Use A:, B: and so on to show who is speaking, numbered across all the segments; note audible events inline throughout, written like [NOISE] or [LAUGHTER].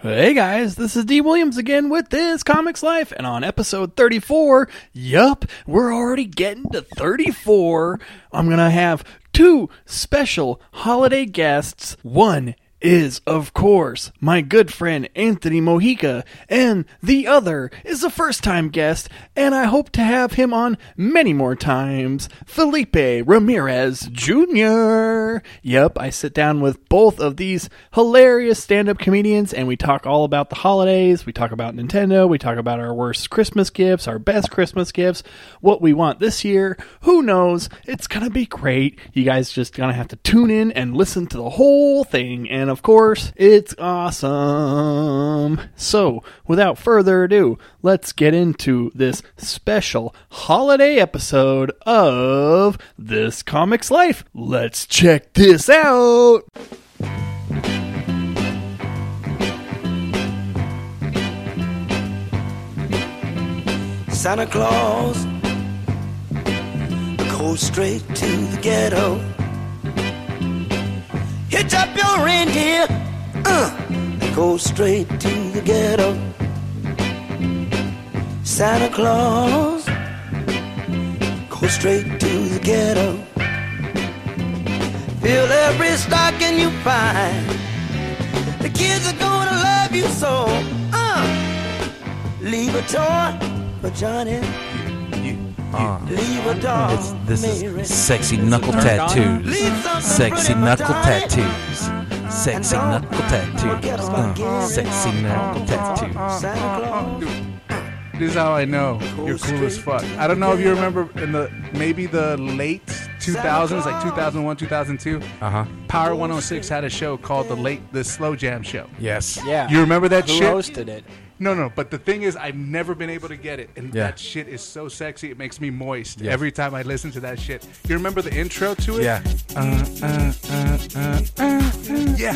A: Hey guys, this is D. Williams again with This Comics Life, and on episode 34, yup, we're already getting to 34. I'm gonna have two special holiday guests. One is, of course, my good friend Anthony Mojica, and the other is a first time guest, and I hope to have him on many more times, Felipe Ramirez Jr. Yep, I sit down with both of these hilarious stand up comedians, and we talk all about the holidays, we talk about Nintendo, we talk about our worst Christmas gifts, our best Christmas gifts, what we want this year. Who knows? It's going to be great. You guys just going to have to tune in and listen to the whole thing. And of course, it's awesome. So, without further ado, let's get into this special holiday episode of This Comics Life. Let's check this out.
B: Santa Claus goes straight to the ghetto. Hitch up your reindeer uh, and go straight to the ghetto. Santa Claus goes straight to the ghetto. Fill every stocking you find. The kids are gonna love you so. Uh, leave a toy for Johnny. Leave a dog.
C: It's, this
B: Mary.
C: is sexy knuckle
A: turned on?
C: tattoos.
B: Leave something
C: Sexy
B: pretty for
C: knuckle
B: Johnny.
C: tattoos. Sexy knuckle tattoos. Uh, sexy knuckle tattoos.
B: Santa Claus.
D: This is how I know you're cool as fuck. I don't know if you remember in the maybe the late 2000s, like 2001, 2002.
C: Uh huh.
D: Power 106 had a show called the late the slow jam show.
C: Yes.
E: Yeah.
D: You remember that
E: Who
D: shit?
E: hosted it?
D: No, no. But the thing is, I've never been able to get it, and
C: Yeah.
D: that shit is so sexy. It makes me moist
C: Yeah.
D: every time I listen to that shit. You remember the intro to it? Uh,
C: Yeah.
D: Yeah.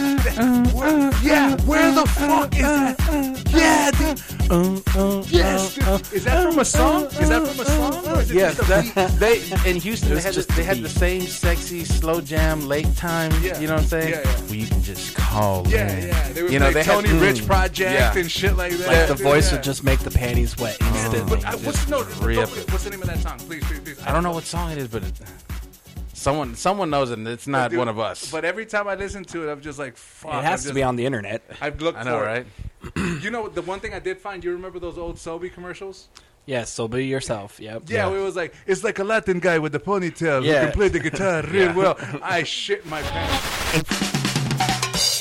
D: where, yeah. Where the fuck is that? Yeah. The, uh, yes. dude. Is that from a song? Is that from a song? Or is it
E: Yes,
D: just a
E: that, they in Houston they
C: It's
E: had,
C: just
E: the, they
C: the
E: had the
C: beat.
E: same sexy slow jam late time.
D: Yeah.
E: [LAUGHS] You know what I'm saying?
D: Yeah, yeah.
E: Where you can just call.
D: Yeah,
E: in.
D: yeah. They would
E: you know
D: play
E: they
D: Tony
E: had,
D: Rich
E: mm,
D: Project
E: yeah.
D: and shit like that.
E: Like the
D: dude,
E: voice
D: yeah.
E: would just make the panties wet instantly.
D: But I, what's,
E: Just
D: no, no,
E: rip
D: no,
E: it.
D: what's the name of that song? Please, please, please.
E: I don't know what song it is, but it, someone someone knows it. and It's not
D: Dude,
E: one of us.
D: But every time I listen to it, I'm just like, fuck.
E: it
D: I'm
E: has to
D: just-
E: be on the internet.
D: I've looked
E: I know,
D: for
E: right?
D: it. [CLEARS THROAT] You know, the one thing I did find, you remember those old Sobe commercials?
F: Yes, so be yourself. Yep.
D: Yeah, it was like, it's like a Latin guy with a ponytail who
F: Yeah.
D: can play the guitar real well.
E: [LAUGHS]
D: I shit my pants.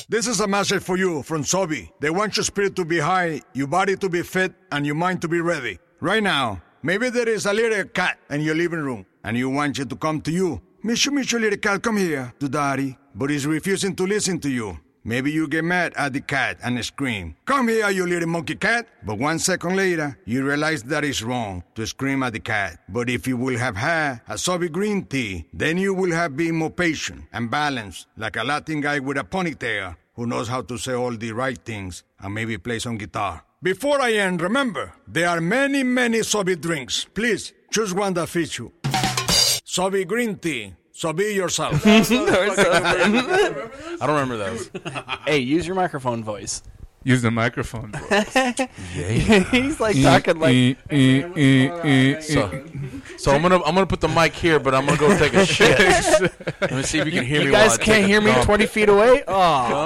G: This is a message for you from Sobi. They want your spirit to be high, your body to be fit, and your mind to be ready. Right now, maybe there is a little cat in your living room, and you want it to come to you. Mishu, Mishu, little cat, come here to daddy. But he's refusing to listen to you. Maybe you get mad at the cat and scream, Come here, you little monkey cat. But one second later, you realize that it's wrong to scream at the cat. But if you will have had a Sobi green tea, then you will have been more patient and balanced, like a Latin guy with a ponytail who knows how to say all the right things and maybe play some guitar. Before I end, remember, there are many, many Sobi drinks. Please, choose one that fits you. Sobi green tea. Sobi yourself. [LAUGHS]
E: I don't
F: [LAUGHS]
E: remember those.
F: Hey, use your microphone voice.
D: Use the microphone.
E: [LAUGHS]
D: E,
F: He's like talking like
E: So, so I'm gonna I'm gonna put the mic here, but I'm gonna
F: [LAUGHS]
E: go take a shit. [LAUGHS] Let me see if you can hear
F: you
E: me. while I
F: guys
E: take
F: can't
E: a
F: hear me
E: dump.
F: twenty feet away. Oh,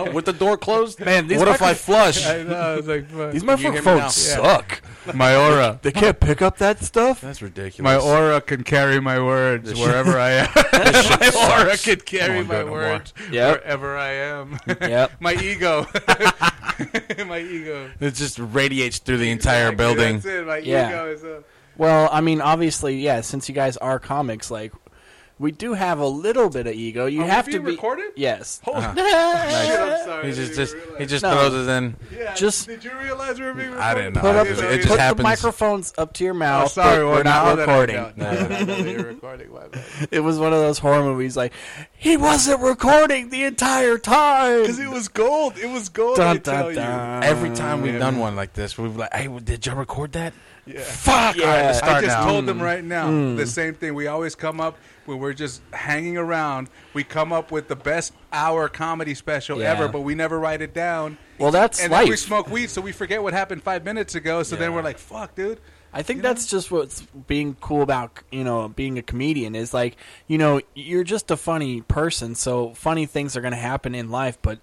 E: [LAUGHS] Huh? with the door closed.
F: Man, these
E: what if I
F: micro-
E: flush?
F: these
E: you hear me now?
F: microphones suck.
D: my aura.
F: They can't pick up that stuff.
E: That's
D: My
E: ridiculous.
D: aura can carry my words wherever I
E: [LAUGHS]
D: am. my aura can carry
E: Come on, do
D: my
E: it no more.
D: words
F: Yep.
D: wherever I
E: [LAUGHS]
D: am.
F: Yep.
D: my ego. [LAUGHS] my ego.
E: it just radiates through the entire building.
D: That's it. My
F: Yeah.
D: ego is a.
F: Well, I mean, obviously, yeah. Since you guys are comics, like we do have a little bit of ego. You
D: Are we
F: have to
D: being
F: be
D: recorded?
F: Yes.
D: Shit, I'm sorry. I
E: He just
D: didn't
E: just
D: even
E: he
D: realize.
E: just
F: No.
E: throws it in.
D: Yeah,
F: just-
D: Did you realize we were being recorded?
E: I didn't know.
F: Put up,
E: It just-
D: it Oh,
F: put the
E: happens.
F: microphones up to your mouth.
D: sorry,
F: but
D: well,
F: we're not
D: now that I
F: recording.
D: know- now that I know
F: [LAUGHS]
D: that you're recording. My bad.
F: It was one of those horror movies. Like he wasn't recording the entire
D: [LAUGHS]
F: time.
D: Because it was gold. It was gold.
F: Dun,
D: I tell
F: dun, dun.
D: you.
E: Every time we've done one like this, we've like, hey, did y'all record that?
D: Fuck.
F: Yeah. Mm.
D: I just,
E: start now.
D: told them right now the same thing. We always come up when we're just hanging around. We come up with the best hour comedy special
F: Yeah.
D: ever, but we never write it down.
F: Well, that's
D: and
F: life.
D: then we smoke weed, so we forget what happened five minutes ago. So then we're like, "Fuck, dude."
F: I think that's just what's being cool about you know being a comedian is like you know you're just a funny person, so funny things are going to happen in life. But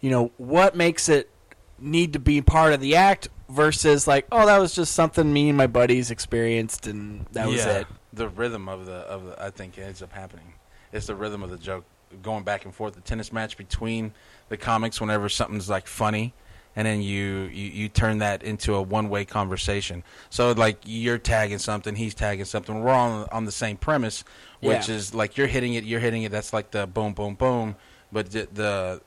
F: you know what makes it need to be part of the act versus like oh that was just something me and my buddies experienced and that was it.
E: The rhythm of the of the, I think ends up happening. It's the rhythm of the joke going back and forth. The tennis match between the comics whenever something's like funny, and then you you, you turn that into a one way conversation. So like you're tagging something, he's tagging something. We're all on, on the same premise, which
F: Yeah.
E: is like you're hitting it, you're hitting it. That's like the boom boom boom. But the the,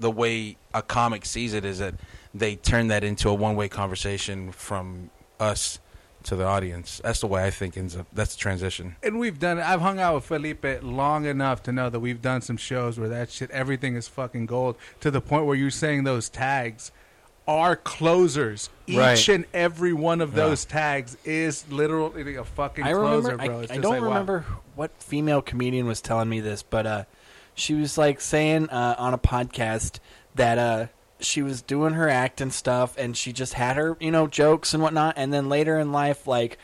E: the way a comic sees it is that they turn that into a one way conversation from us. To the audience. That's the way I think ends up. That's the transition.
D: And we've done it. I've hung out with Felipe long enough to know that we've done some shows where that shit, everything is fucking gold to the point where you're saying those tags are closers. Each
F: Right.
D: and every one of those tags is literally a fucking
F: I
D: closer,
F: remember.
D: bro.
F: I,
D: It's
F: I
D: just
F: don't
D: like, wow.
F: remember what female comedian was telling me this, but uh, she was like saying uh, on a podcast that uh, she was doing her act and stuff, and she just had her you know jokes and whatnot, and then later in life, like.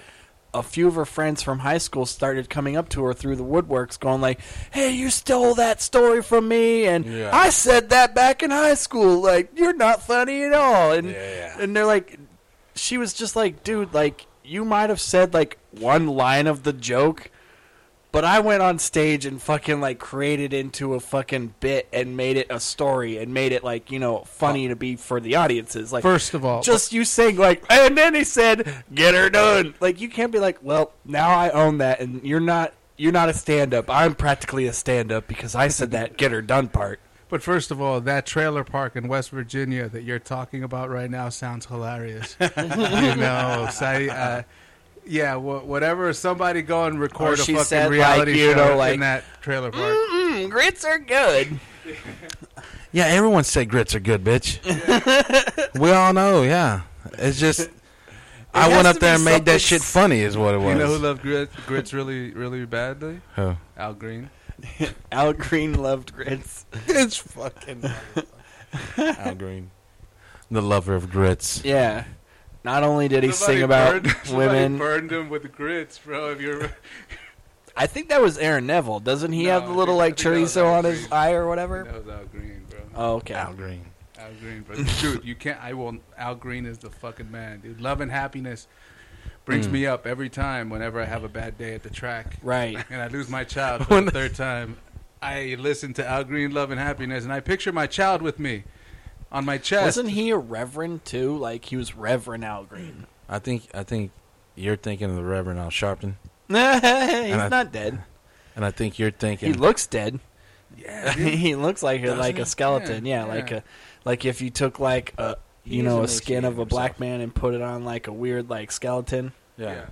F: A few of her friends from high school started coming up to her through the woodworks, going like, "Hey, you stole that story from me, and
E: Yeah.
F: I said that back in high school. Like, you're not funny at all." And
E: Yeah.
F: and they're like, she was just like, dude, like you might have said like one line of the joke, but I went on stage and fucking like created into a fucking bit and made it a story and made it like you know funny to be for the audiences. Like
D: First of all-
F: just you saying like, and then he said, "Get her done." Like you can't be like, well, now I own that, and you're not. You're not a stand-up. I'm practically a stand-up because I said that "get her done" part.
D: But first of all, that trailer park in West Virginia that you're talking about right now sounds
F: [LAUGHS]
D: hilarious. you know, so I, uh, yeah, wha whatever. Somebody go and
F: Or
D: record a
F: she
D: fucking
F: said,
D: reality
F: like, you
D: show
F: know, like,
D: in that trailer park.
F: grits are good.
E: Yeah, everyone said grits are good, bitch. we all know, yeah. It's just I
F: has
E: went
F: to
E: up there
F: be
E: and made
F: something
E: that shit funny is what it was.
D: You know who loved grits, grits really, really badly? Al Green.
F: Al Green loved grits.
E: It's fucking Al Green. The lover of grits.
F: Yeah. Not only did he
D: Somebody
F: sing about
D: burned- [LAUGHS] somebody
F: women,
D: Burned him with grits, bro. If you're
F: I think that was Aaron Neville. Doesn't he
D: No,
F: have the
D: I
F: little
D: think-
F: like
D: I think that was
F: chorizo on his
D: Aaron.
F: eye or whatever?
D: that was Al Green, bro.
F: Oh, okay.
E: Al Green.
D: Al Green, bro. Dude, you can't. I will. Al Green is the fucking man, dude. Love and happiness brings
F: Mm.
D: me up every time whenever I have a bad day at the track
F: Right.
D: [LAUGHS] and I lose my child
F: [LAUGHS]
D: for the third time. I listen to Al Green, Love and Happiness, and I picture my child with me on my chest.
F: Wasn't he a reverend too? Like he was Reverend Al Green.
E: I think I think you're thinking of the Reverend Al Sharpton.
F: [LAUGHS] He's
E: I-
F: not dead.
E: And I think you're thinking
F: He looks dead. [LAUGHS]
D: yeah, dude.
F: he looks like a, like
D: he?
F: a skeleton. Yeah,
D: Yeah,
F: like
D: yeah.
F: a like if you took like a you
E: is
F: know a
E: immersed
F: skin
E: in
F: of a black
E: himself.
F: man and put it on like a weird like skeleton.
E: yeah.
D: Yeah.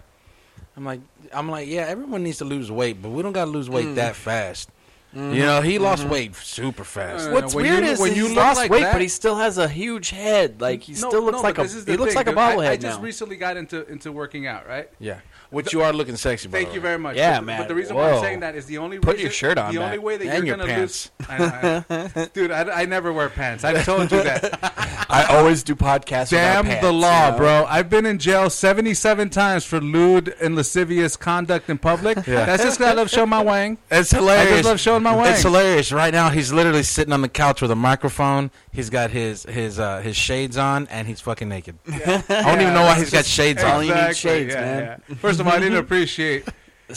E: I'm like I'm like, yeah, everyone needs to lose weight, but we don't gotta lose weight that fast. You know, he lost weight super fast.
D: Uh,
F: What's
D: when
F: weird
D: you-
F: is
D: when
F: he's
D: you look
F: lost
D: like
F: weight,
D: that-
F: but he still has a huge head. Like he
D: No,
F: still looks
D: no,
F: like
D: but
F: a
D: this is
F: he
D: the
F: looks
D: thing,
F: like a
D: dude. I-
F: bobblehead
D: I, just
F: now.
D: recently got into into working out, right?
E: Yeah. Which you are looking sexy, by
D: Thank
E: the
D: you
E: way.
D: very much.
F: Yeah,
D: but,
F: man.
D: But the reason why I'm
F: Whoa.
D: saying that is the only
F: Put
D: reason,
F: your shirt on
D: The
F: back.
D: only way that
E: And
D: you're
E: your
D: gonna
E: pants.
D: lose, I,
F: [LAUGHS]
D: I, dude. I, I never wear pants. I've told you that.
F: I always do podcasts. [LAUGHS]
D: Damn
F: without
D: the
F: pants,
D: law,
F: you know?
D: bro. I've been in jail 77 times for lewd and lascivious conduct in public. That's just because I love showing my wang.
E: It's hilarious.
D: I just love showing my wang.
E: It's hilarious. Right now, he's literally sitting on the couch with a microphone. He's got his his uh, his shades on, and he's fucking naked. [LAUGHS] I don't even know why he's got shades
F: All
E: on.
F: you need shades, man.
D: yeah. First of all, I
E: [LAUGHS]
D: didn't appreciate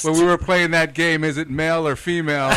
D: when we were playing that game. Is it male or
E: [LAUGHS]
D: female?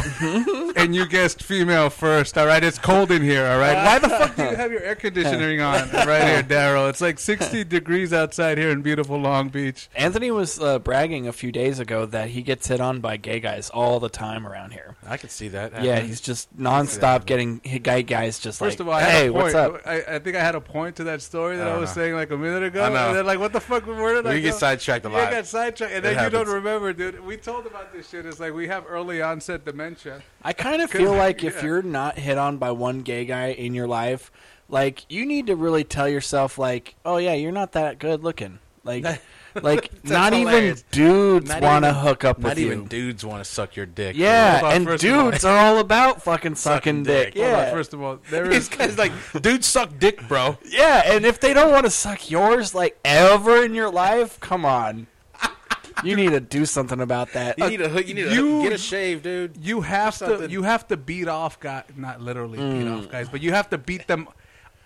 D: and you guessed female first. All right, it's cold in here. All right, why the fuck do you have your air conditioning on right
E: [LAUGHS]
D: here, Daryl? It's like 60 degrees outside here in beautiful Long Beach.
F: Anthony was uh, bragging a few days ago that he gets hit on by gay guys all the time around here.
E: I can see that.
F: Yeah, he's just nonstop getting hit gay guys. Just
D: First
F: like,
D: of all, I had
F: hey,
D: a point.
F: what's up?
D: I, I think I had a point to that story that I,
E: don't
D: was
E: know.
D: saying like a minute ago.
E: I know.
D: And then like, what the fuck? Where did I
E: we get
D: go?
E: sidetracked a
D: Yeah, I
E: lot.
D: got sidetracked, and
E: It
D: then you
E: happens.
D: don't remember, dude. We told about this shit. It's like we have early onset dementia.
F: I kind of feel like if
D: yeah.
F: you're not hit on by one gay guy in your life,
D: [LAUGHS]
F: like you need to really tell yourself, like, oh yeah, you're not that good looking. Like, like not even
E: hilarious.
F: dudes
E: Not
F: want to
E: even-
F: hook up
E: Not
F: with
E: even
F: you.
E: dudes want to suck your dick.
F: yeah,
D: Hold on,
F: and
D: first of all-
F: dudes are all about fucking sucking dick.
E: dick. Hold
D: Hold on,
F: Yeah,
D: first of all, there
E: [LAUGHS]
D: [LAUGHS]
E: This
D: is
E: guy's like, dude, suck dick, bro.
F: yeah, and if they don't want to suck yours like ever in your life, come on, you need to do something about that.
E: You need a hook. You need a
D: You-
E: hook. get a shave, dude.
D: you have to
E: something.
D: you have to beat off guys, not literally beat off guys, but you have to beat them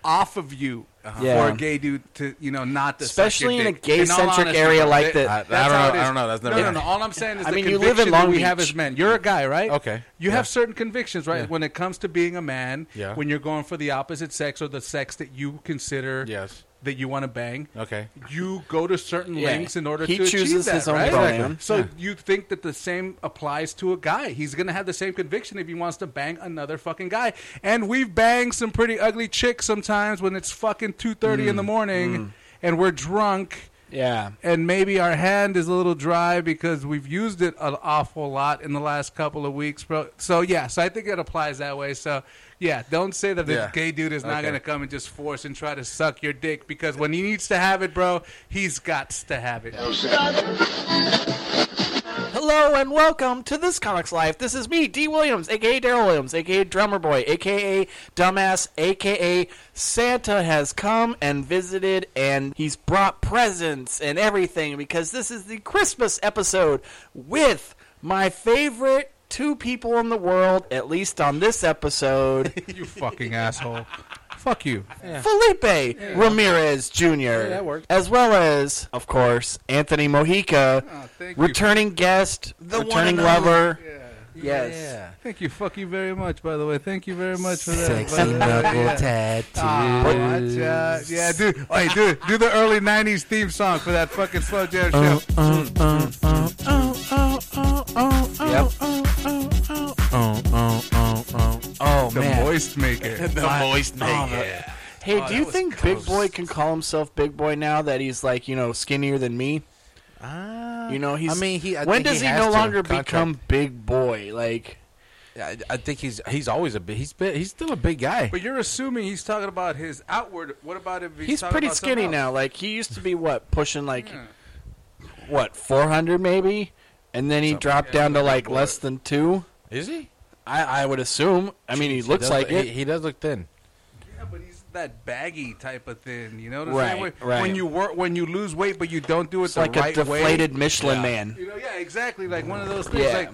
D: off of you uh-huh,
F: Yeah.
D: for a gay dude to you know not to suck your
F: Especially in a
D: dick.
F: gay-centric
D: all honesty,
F: area like
D: that-
F: that.
E: I- I
D: that's
E: don't
D: how
E: know-
D: it
E: I
D: is.
E: don't know. That's never
D: no, no,
E: been-
D: no. All I'm saying is
F: I
D: the
F: mean, you
D: conviction
F: live in Long
D: that we have
F: Beach.
D: as men. You're a guy, right?
E: Okay.
D: You
E: Yeah.
D: have certain convictions, right? When it comes to being a man,
E: Yeah.
D: when you're going for the opposite sex or the sex that you consider
E: Yes.
D: that you want to bang,
E: Okay.
D: you go to certain
F: Yeah.
D: lengths in order
F: He
D: to achieve
F: chooses
D: that,
F: his own
D: right?
F: pronoun.
D: So you think that the same applies to a guy? He's going to have the same conviction if he wants to bang another fucking guy. And we've banged some pretty ugly chicks sometimes when it's fucking two thirty
F: Mm.
D: in the morning and we're drunk.
F: Yeah,
D: And maybe our hand is a little dry because we've used it an awful lot in the last couple of weeks, bro. So yeah, so I think it applies that way. So yeah, don't say that the
E: Yeah.
D: gay dude is not
E: Okay.
D: going to come and just force and try to suck your dick because when he needs to have it, bro, he's got to have it.
F: Hello and welcome to this comics life. This is me, D. Williams, aka Daryl Williams, aka Drummer Boy, aka Dumbass, aka Santa has come and visited, and he's brought presents and everything because this is the Christmas episode with my favorite two people in the world, at least on this episode,
D: [LAUGHS] You fucking asshole. Fuck you.
F: [LAUGHS] Felipe Ramirez Jr.
D: that worked.
F: As well as, of course, Anthony Mojica,
D: Oh, thank you.
F: returning guest,
E: one
F: returning
E: and only.
F: lover. Yes.
E: Yeah.
D: Thank you. Fuck you very much, by the way. Thank you very much for that.
C: Sexy
D: buddy.
C: knuckle
D: Yeah. Aw,
C: tattoo.
D: watch out. Yeah, dude. Hey, dude, do the early 90s theme song for that fucking slow jam
F: Oh,
D: show.
F: Yep.
C: Oh, oh, oh, oh.
F: Oh
D: The
F: man.
D: moist maker.
F: [LAUGHS]
E: The moist thing. yeah.
F: oh, Hey,
D: Oh,
F: do you think Big Boy can call himself Big Boy now that he's like you know skinnier than me?
E: Ah.
F: You know he's.
E: I mean, he- I
F: when
E: think
F: does
E: he
F: he,
E: has
F: no
E: to.
F: longer
E: Contract.
F: become Big Boy? Like
E: I, I think he's he's always a big he's been, he's still a big guy.
D: But you're assuming he's talking about his outward. What about if he's,
F: he's
D: talking
F: pretty
D: about
F: skinny
D: something
F: now.
D: else? Hmm.
F: Like he used to be what pushing like what four hundred maybe, and then he dropped down to like less than two.
E: Is he?
F: I, I would assume. I mean, he looks
E: does
F: like it.
E: look- He, he does look thin.
D: Yeah, but he's that baggy type of thing. You know what I'm
F: Right,
D: saying? When,
F: right.
D: when you work, when you lose weight, but you don't do it
F: It's
D: the
F: like
D: right
F: a
D: way.
F: deflated Michelin man.
D: You know, yeah, exactly. Like one of those things.
F: Yeah.
D: Like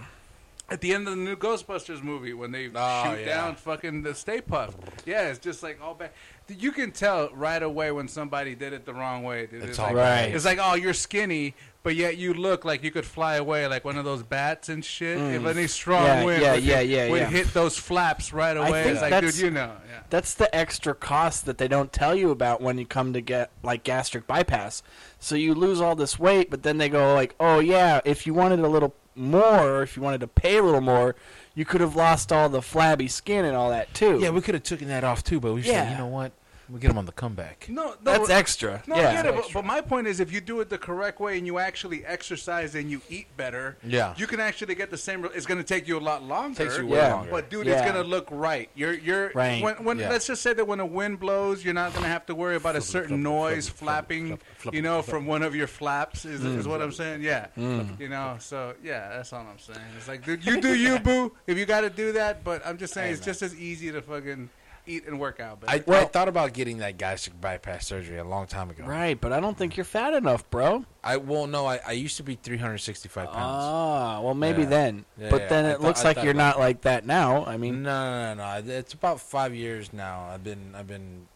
D: at the end of the new Ghostbusters movie when they
F: Ah,
D: shoot
E: yeah.
D: down fucking the Stay Puft. Yeah, it's just like all back. You can tell right away when somebody did it the wrong way. dude. It's,
E: all
D: like,
F: right.
D: It's like, oh, you're skinny. But yet you look like you could fly away like one of those bats and shit. If any strong
F: Mm. Yeah,
D: wind
F: yeah,
D: would,
F: yeah,
D: hit-
F: yeah,
D: would
F: yeah.
D: hit those flaps right away.
F: think
D: it's like,
F: that's-
D: dude, you know. Yeah.
F: That's the extra cost that they don't tell you about when you come to get like gastric bypass. So you lose all this weight, but then they go like, "Oh yeah, if you wanted a little more, if you wanted to pay a little more, you could have lost all the flabby skin and all that too."
C: Yeah, we could have taken that off too, but we said,
F: Yeah.
C: you know what? We get him on the comeback.
D: No, no,
F: that's extra.
D: No,
F: yeah.
D: I get it, but, but my point is, if you do it the correct way and you actually exercise and you eat better,
E: Yeah.
D: you can actually get the same. re- It's going to take you a lot longer.
E: Takes you way
F: Yeah. longer.
D: But dude,
F: Yeah.
D: it's going to look right. You're you're
F: Right.
D: When, when
E: Yeah.
D: let's just say that when a wind blows, you're not going to have to worry about a certain noise flapping, you know, from one of your flaps. Is,
F: Mm.
D: is what I'm saying? Yeah. You know, so yeah, that's all I'm saying. It's like, dude, you do
F: [LAUGHS]
D: you, boo. If you got to do that, but I'm just saying, it's just as easy to fucking eat and work out.
E: I,
D: Better.
E: I thought about getting that gastric bypass surgery a long time ago.
F: Right, but I don't think you're fat enough, bro.
E: I well, no, I, I used to be 365
D: Oh.
E: pounds.
F: Ah, well maybe
E: Yeah.
F: then.
E: Yeah,
F: but
E: yeah,
F: then
E: I
F: it
E: thought-
F: looks
E: I
F: like
E: thought
F: you're
E: about
F: not like that now. I
E: no,
F: mean,
E: no, no, no. It's about five years now. I've been I've been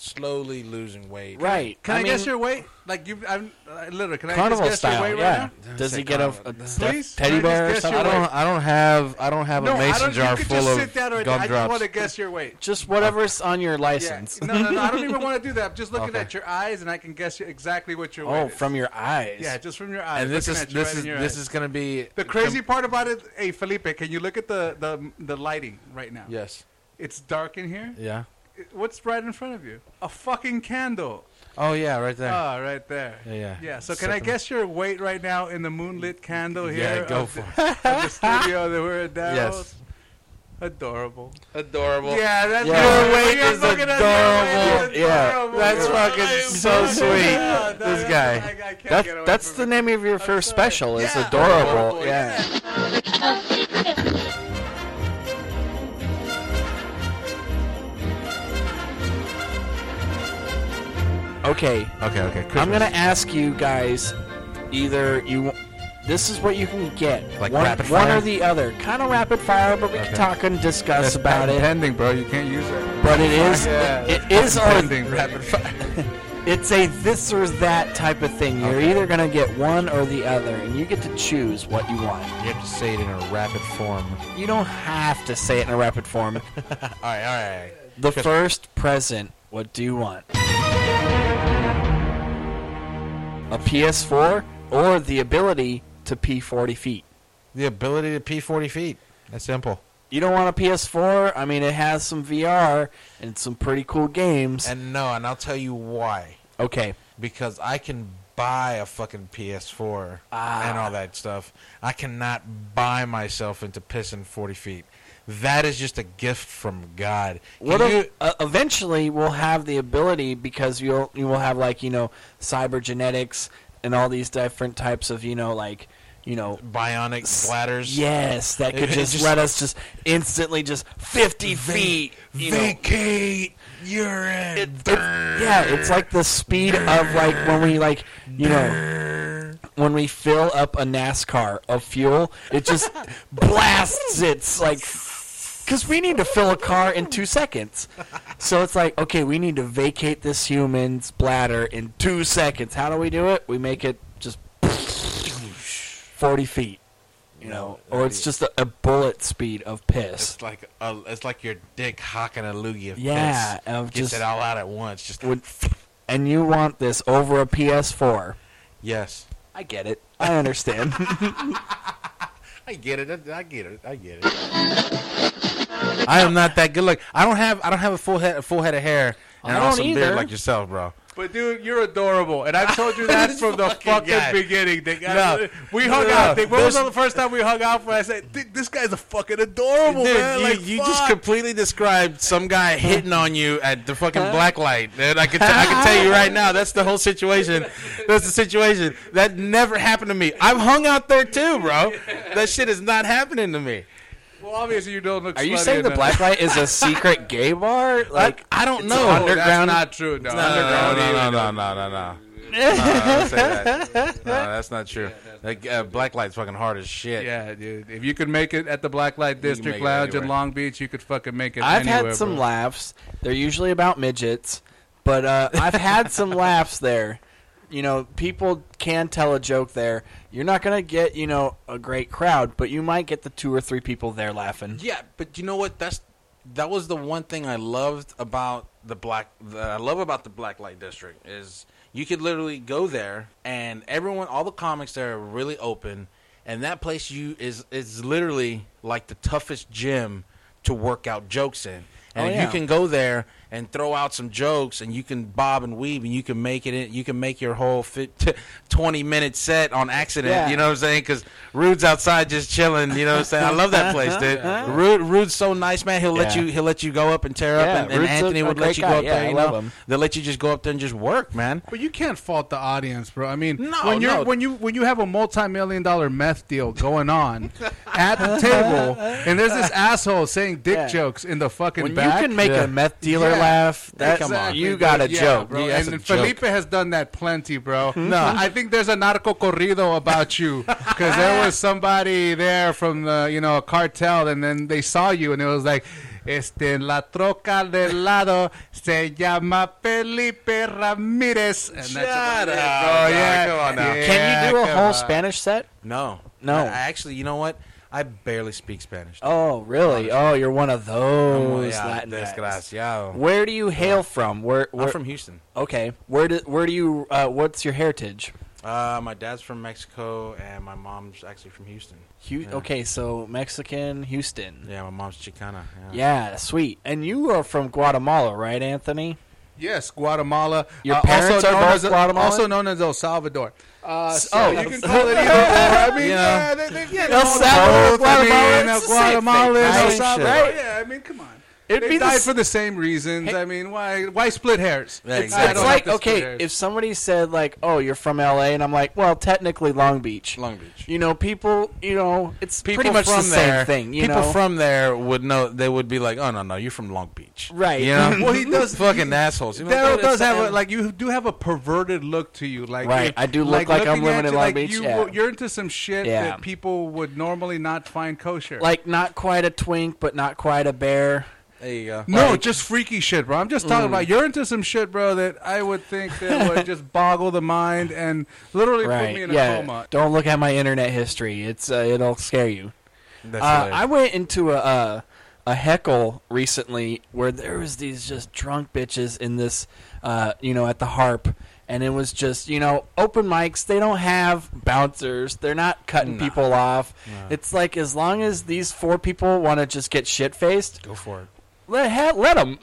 E: slowly losing weight.
F: right?
D: Can I,
F: mean,
D: guess your weight? Like you, I'm I literally. Can I just
F: carnival
D: guess
F: style?
D: your weight
F: yeah.
D: right now?
F: Does he
E: Say
F: get a,
E: carnival.
F: a stuffed
D: Please, can I
F: teddy
D: just
F: bear or
D: guess your
F: something?
C: I don't. I don't have. I don't have a
D: I
C: mason
D: don't,
C: jar
D: you could
C: full
D: just
C: of
D: sit down right there. I just want
C: gumdrops.
D: to guess your
F: [LAUGHS]
D: weight.
F: Just whatever's on your
D: Yeah.
F: license.
D: No, no, no. I don't even want to do that. I'm just looking at your eyes, and I can guess you- exactly what your weight
F: Oh,
D: is.
F: from your eyes.
D: yeah, just from your eyes.
E: And this
D: looking
E: is
D: at you
E: this
D: right
E: is
D: in your
E: this
D: eyes.
E: is gonna be
D: the crazy part about it. Hey, Felipe, can you look at the the the lighting right now?
E: Yes.
D: It's dark in here.
E: Yeah.
D: It- What's right in front of you? A fucking candle.
E: Oh yeah, right there.
D: [LAUGHS] Ah, right there.
E: Yeah, yeah.
D: Yeah. So,
E: Set
D: can I
E: them-
D: guess your weight right now in the moonlit candle here?
E: yeah, go
D: of
E: for
D: the,
E: it. [LAUGHS]
D: of the studio that we're at. Daryl's?
E: Yes.
D: Adorable.
E: Adorable.
D: Yeah, that's
E: Yeah. Your weight is adorable.
D: Yeah, [LAUGHS]
E: That's fucking so sweet. This guy.
D: I, I can't
F: That's
D: get away
F: that's
D: from
F: the name of your first special. It's
D: Yeah.
F: adorable.
D: Adorable,
F: Yeah. Okay,
E: Okay, okay.
F: I'm gonna ask you guys. Either you, this is what you can get.
E: Like
F: one,
E: rapid
F: one
E: fire?
F: or the other. Kind of rapid fire, but we can
E: Okay.
F: talk and discuss
D: That's
F: about it.
D: pending, bro. You can't use it.
F: But it is,
D: Yeah,
F: it is our
D: Pending. Rapid
F: It's a this or that type of thing. You're either gonna get one or the other, and you get to choose what you want.
E: You have to say it in a rapid form. All
F: You don't have to say it in a rapid form.
E: right, all right. [LAUGHS]
F: The first present. What do you want? A PS4 or the ability to pee 40 feet.
E: The ability to pee 40 feet. That's simple.
F: You don't want a PS4? I mean, it has some VR and some pretty cool games.
E: And no, and I'll tell you why.
F: okay.
E: Because I can buy a fucking PS4
F: Ah.
E: and all that stuff. I cannot buy myself into pissing 40 feet. That is just a gift from God. Can
F: What
E: you-
F: if, uh, eventually we'll have the ability because you'll you will have like you know cyber genetics and all these different types of you know like you know
E: bionic bladders?
F: yes that could
E: It- it
F: just,
E: just-
F: let us just instantly just fifty feet you know.
E: Vacate urine.
F: It- it- yeah it's like the speed of like when we like you know when we fill up a NASCAR of fuel it just blasts it's like because we need to fill a car in two seconds. So it's like, okay, we need to vacate this human's bladder in two seconds. How do we do it? We make it just 40 feet, you know, or it's just a, a bullet speed of piss.
E: It's like a, it's like your dick hocking a loogie of
F: Yeah,
E: piss.
F: of
E: Gets
F: just-
E: it all out at once. Just
F: Would- And you want this over a PS4.
E: yes.
F: I get it. I [LAUGHS] understand.
E: I get it. I get it. I get it. I am not that good look. I don't have I don't have a full head a full head of hair and
F: I
E: an
F: don't
E: awesome
F: either.
E: beard like yourself, bro.
D: But dude, you're adorable, and I've told you that
F: [LAUGHS]
D: from the
E: fucking
D: fucking
E: guy.
D: beginning. Dick. I-
E: No.
D: we hung
E: No,
D: out. Dick. When was
E: there's-
D: the first time we hung out? When I said, Dick, "This guy's a fucking adorable
E: Dude,
D: man."
E: you,
D: like,
E: you
D: fuck.
E: just completely described some guy hitting on you at the fucking blacklight. And I can, t- I can tell you right now, that's the whole situation. That's the situation. That never happened to me. I've hung out there too, bro. That shit is not happening to me.
D: Well, obviously you don't look.
F: Are you
D: slutty
F: saying the
D: enough.
F: blacklight is a secret gay bar? Like,
E: Like I don't
F: a
D: [LAUGHS]
E: know.
D: No,
F: under- underground-
D: That's not true. No,
E: No,
D: underground.
E: no,
D: either.
E: no, no, no, no,
D: [LAUGHS]
E: no, no. don't say that. No, that's not true. Like, uh, Blacklight's fucking hard as shit.
D: Yeah, dude. If you could make it at the Blacklight
E: make
D: District
E: it
D: Lounge in
E: anywhere.
D: Long Beach, you could fucking make it.
F: I've
D: anywhere,
F: had some
D: bro.
F: laughs. They're usually about midgets, but uh, I've had some laughs there. You know, people can tell a joke there. You're not going to get, you know, a great crowd, but you might get the two or three people there laughing.
E: Yeah, but you know what? That's that was the one thing I loved about the black. That I love about the Blacklight District is you could literally go there and everyone, all the comics there are really open, and that place you is is literally like the toughest gym to work out jokes in. And
F: Oh,
E: if
F: yeah.
E: you can go there and throw out some jokes, and you can bob and weave, and you can make it. in- You can make your whole fit, [LAUGHS] twenty minute set on accident.
F: Yeah.
E: You know what I'm saying? Because Rude's outside just chilling. You know what I'm saying? I love that place,
F: [LAUGHS]
E: dude. Rude, Rude's so nice, man. He'll let
F: Uh-huh. Yeah.
E: you. He'll let you go up and tear
F: Yeah,
E: up, and, and
F: Rude's a-
E: Anthony
F: a
E: would
F: great
E: let you go
F: guy.
E: up
F: Yeah,
E: there.
F: I
E: You
F: love
E: know?
F: him.
E: They'll let you just go up there and just work, man.
D: But you can't fault the audience, bro. I mean,
E: No,
D: when you're
E: no.
D: when you when you have a multi-million dollar meth deal going on at the
F: [LAUGHS]
D: table, and there's this asshole saying dick
F: Yeah.
D: jokes in the fucking
F: When
D: back.
F: you can make
E: Yeah.
F: a meth dealer
D: Yeah,
F: laugh, that,
D: Exactly,
F: you
D: dude.
F: got a
D: Yeah,
F: joke. Hmm?
D: bro.
E: Yeah, that's
D: and
E: a
D: Felipe has done that plenty, bro. no, I think there's a narco corrido about you because
F: [LAUGHS]
D: there was somebody there from the you know a cartel, and then they saw you, and it was like. Este en la troca del lado se llama Felipe Ramirez. And
E: Shut
D: about it,
E: up,
D: bro.
E: bro.
D: Yeah,
E: Come on now.
D: Yeah,
F: Can you do a
D: come
F: whole
D: on.
F: Spanish set?
E: No,
F: No.
E: I, I actually, you know what? I barely speak Spanish.
F: Oh, really? Oh, you're one of
E: Oh,
F: those
E: yeah,
F: Latin guys.
E: desgraciado.
F: Where do you hail from? Where, where
E: I'm from Houston.
F: Okay. Where do where do you uh, what's your heritage?
E: Uh, my dad's from Mexico, and my mom's actually from Houston.
F: Hu-
E: Yeah.
F: Okay, so Mexican Houston.
E: Yeah, my mom's Chicana. Yeah.
F: Yeah, sweet. And you are from Guatemala, right, Anthony?
D: Yes, Guatemala. uh,
F: Your parents
D: also
F: are
D: known
F: both
D: as,
F: Guatemalan?
D: Also known as El Salvador. Uh, so
F: oh.
D: you [LAUGHS] can call it either. or. I [LAUGHS] mean,
F: You know.
D: yeah, they, they, they
F: El Salvador,
D: both. I mean,
F: Guatemala,
D: uh,
F: it's the same
D: Guatemala,
F: thing,
D: and El
F: right?
D: Salvador.
F: Right.
D: Oh, Yeah, I mean, come on.
F: It'd
D: they
F: be the
D: died
F: s-
D: for the same reasons. I mean, why why split hairs?
E: Yeah,
D: It's-
E: exactly.
D: I
F: It's
D: don't
F: like
D: to split
F: okay,
D: hairs.
F: if somebody said like, "Oh, you're from L.A.," and I'm like, "Well, technically Long Beach."
E: Long Beach.
F: You know, people. You know, it's
E: People
F: pretty much
E: from
F: the same
E: there,
F: thing. You
E: people
F: know,
E: from there would know. They would be like, "Oh no, no, you're from Long Beach,
F: Right.
E: You
F: [LAUGHS]
E: know?
D: Well, he does-
E: fucking assholes. You know,
D: Daryl
E: that's
D: does
E: the
D: have a,
E: end.
D: like you do have a perverted look to you, like
F: Right,
D: you-
F: I do look like I'm
D: looking
F: living
D: at
F: in
D: you,
F: Long
D: like,
F: Beach,
D: You,
F: yeah.
D: you're into some shit
F: Yeah.
D: that people would normally not find kosher.
F: like not quite a twink, but not quite a bear.
E: There you go.
D: no, just freaky shit, bro. I'm just talking about you're into some shit, bro. That I would think that [LAUGHS] would just boggle the mind and literally put
F: Right?
D: me in
F: yeah.
D: a coma.
F: Don't look at my internet history. It's uh, it'll scare you.
E: That's
F: Uh,
E: hilarious.
F: I went into a, a a heckle recently where there was these just drunk bitches in this, uh, you know, at the harp, and it was just you know open mics. They don't have bouncers. They're not cutting people off. It's like as long as these four people want to just get shit faced,
E: go for it.
F: let ha- let them,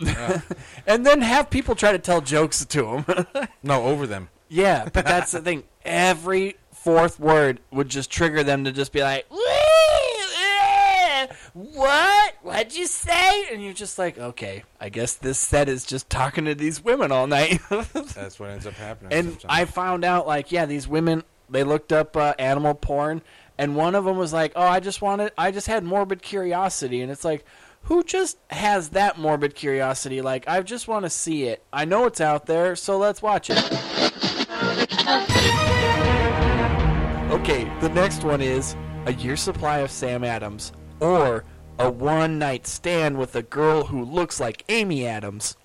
F: [LAUGHS] and then have people try to tell jokes to [LAUGHS] them.
E: No, over them.
F: yeah, but that's the thing. Every fourth word would just trigger them to just be like, "Wee, eh, "What? What'd you say?" And you're just like, "Okay, I guess this set is just talking to these women all night." [LAUGHS]
E: That's what ends up happening.
F: and
E: sometimes.
F: I found out, like, yeah, these women they looked up uh, animal porn, and one of them was like, "Oh, I just wanted, I just had morbid curiosity," and it's like. Who just has that morbid curiosity? Like, I just want to see it. I know it's out there, so let's watch it. Okay, the next one is a year supply of Sam Adams or a one night stand with a girl who looks like Amy Adams.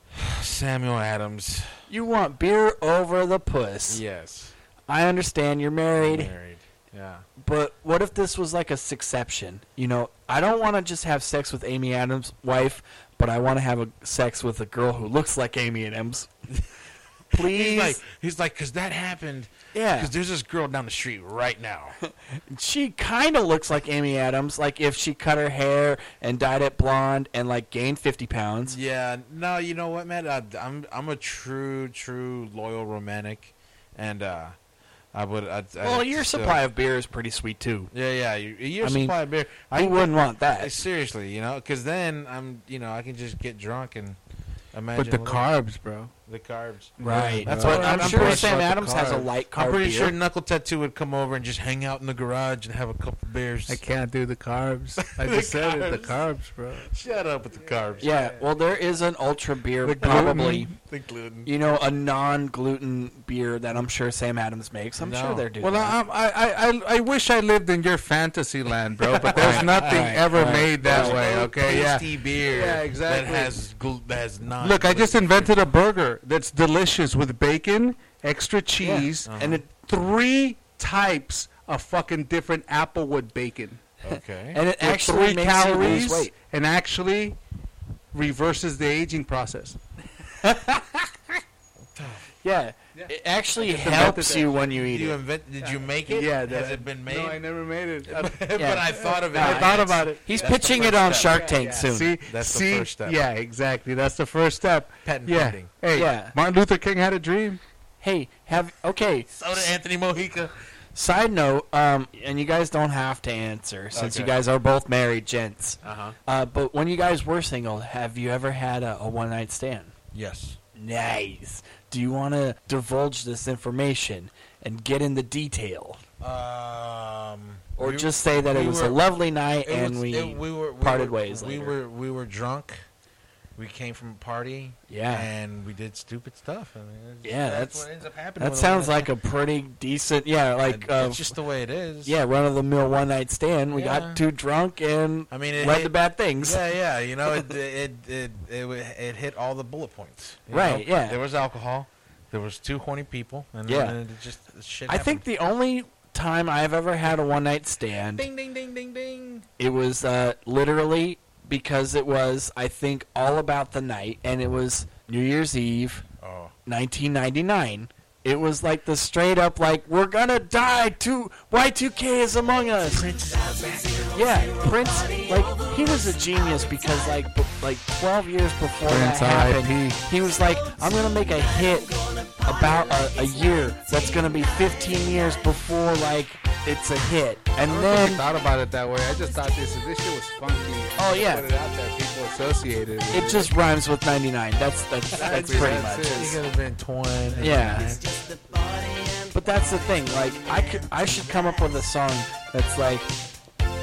E: Samuel Adams.
F: You want beer over the puss.
E: Yes.
F: I understand you're married,
E: Married. Yeah.
F: but what if this was like a exception? You know, I don't want to just have sex with Amy Adams' wife, but I want to have a sex with a girl who looks like
C: [LAUGHS]
F: Amy Adams. Please.
C: He's like, he's like, because that happened.
F: Yeah.
C: Because there's this girl down the street right now.
F: she kind of looks like Amy Adams, like if she cut her hair and dyed it blonde and like gained 50
C: [LAUGHS]
F: pounds.
C: yeah. No, you know what, man? I, I'm I'm a true, true loyal romantic, and uh, I would. I,
F: Well, your supply of beer is pretty sweet too.
C: Yeah, yeah. Your, your
F: I mean,
C: supply of beer.
F: I wouldn't want that.
C: seriously, you know, because then I'm, you know, I can just get drunk and imagine.
D: But the
C: what-
D: carbs, bro.
C: the carbs.
F: Right.
C: That's
F: but
C: what
F: I'm,
C: I'm
F: sure
C: pretty
F: Sam
C: sure
F: Adams has a light carb
C: I'm pretty
F: beer.
C: sure Knuckle Tattoo would come over and just hang out in the garage and have a couple beers.
D: I can't do the carbs. I just said it. [LAUGHS] The carbs, bro.
C: Shut up with the carbs.
F: yeah, well, there is an ultra beer, probably.
C: The gluten.
F: You know, a non-gluten beer that I'm sure Sam Adams makes. I'm sure
C: No.
F: they're doing
D: Well,
F: that.
D: I, I, I, I- I wish I lived in your fantasy land, bro. But there's nothing ever made that way. Okay, yeah.
C: Tasty beer.
D: Yeah, exactly.
C: That has gl- that has non.
D: Look, I just invented a burger that's delicious with bacon, extra
F: Yeah.
D: cheese,
F: And it,
D: three types of fucking different applewood bacon.
C: Okay.
F: and it
D: with
F: actually
D: three
F: makes you
D: calories
F: lose weight.
D: and actually reverses the aging process.
F: Yeah, it actually
D: invented
F: helps
D: that.
F: you when you eat
C: did you
F: it.
C: invent? Did you make it?
D: Yeah,
C: Has
D: that-
C: it been made?
D: never made it.
C: [LAUGHS] but I thought of it.
D: I thought about it.
F: He's pitching it on Shark Tank soon.
D: See,
C: That's the
D: see,
C: first step.
D: yeah, exactly. That's the first step.
C: Patent
D: yeah.
C: pending.
D: Hey,
F: Yeah.
D: Martin Luther King had a dream.
F: Hey, have okay.
C: So did Anthony Mojica.
F: Side note, um, and you guys don't have to answer since you guys are both married gents.
C: Uh-huh.
F: Uh, but when you guys were single, have you ever had a, a one night stand?
C: Yes.
F: Nice. Do you want to divulge this information and get in the detail,
C: Um.
F: or
C: we-
F: just say that it
C: we
F: was
C: were-
F: a lovely night
C: it
F: and
C: was-
F: we,
C: it- were, we
F: parted
C: were-
F: ways
C: We
F: later.
C: were we were drunk. We came from a party.
F: Yeah.
C: and we did stupid stuff. I mean, it's-
F: Yeah,
C: that's,
F: that's-
C: what ends up happening.
F: That
C: with a
F: sounds
C: woman.
F: like a pretty decent, yeah, like
C: That-
F: uh,
C: that's just the way it is.
F: yeah, run of the mill one night stand. We
C: Yeah.
F: got too drunk and
C: I mean, it,
F: led
C: hit-
F: to bad things.
C: Yeah, yeah, you know, it it it it, wa- it hit all the bullet points. you
F: Right,
C: know?
F: yeah.
C: There was alcohol. There was two horny people, and
F: Yeah.
C: then it just shit.
F: I think the only time I've ever had a one night stand,
C: happened. ding ding ding ding ding.
F: it was uh, literally because it was, I think, all about the night, and it was New Year's Eve,
C: Oh,
F: 1999. It was like the straight up like we're gonna die. Two Y2K is among us. yeah, Prince. Like he was a genius because like b- like 12 years before
D: Prince,
F: that happened,
D: RIP.
F: he was like, I'm gonna make a hit about a, a year that's gonna be 15 years before like it's a hit, and
D: I never
F: then
D: thought about it that way. I just thought this this shit was funky.
F: Oh, yeah.
D: Put it out there. People associated. With
F: it just rhymes with 99. That's that's that's pretty much.
C: it. You could have been 20.
F: Yeah. But that's the thing. Like, I could, I should come up with a song that's like,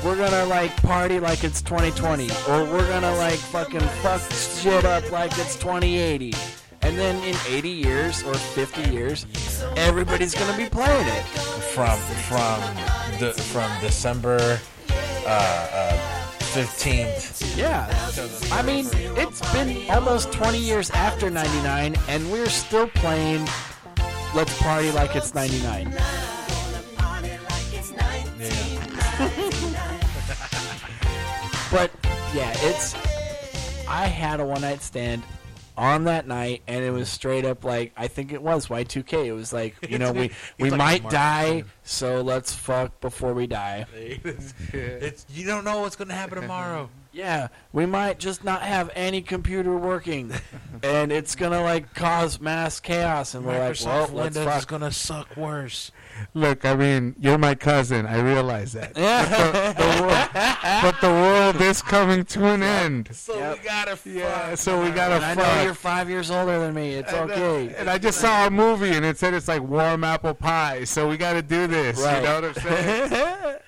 F: we're gonna like party like it's 2020, or we're gonna like fucking fuck shit up like it's 2080. And then in 80 years or 50 years, everybody's gonna be playing it.
C: From from the from December uh, fifteenth.
F: Yeah. I mean, it's been almost 20 years after 99, and we're still playing Let's Party Like It's 99. but, yeah, it's. I had a one night stand on that night, and it was straight up like, I think it was Y2K. It was like, you know, we, we
C: like
F: might
C: Mark.
F: die, so let's fuck before we die.
C: It's you don't know what's gonna happen tomorrow.
F: Yeah, we might just not have any computer [LAUGHS] working, and it's gonna like cause mass chaos. And we're like, well,
C: Microsoft Windows
F: let's
C: is
F: fuck. [LAUGHS]
C: gonna suck worse.
D: Look, I mean, you're my cousin. I realize that.
F: Yeah.
D: but the world is coming to an end.
C: So we gotta fuck.
D: Yeah, so we gotta
F: I
D: fuck.
F: know you're five years older than me. It's okay.
D: And I just saw a movie and it said it's like warm apple pie, so we gotta do this.
F: Right.
D: You know what I'm
F: [LAUGHS]
D: saying?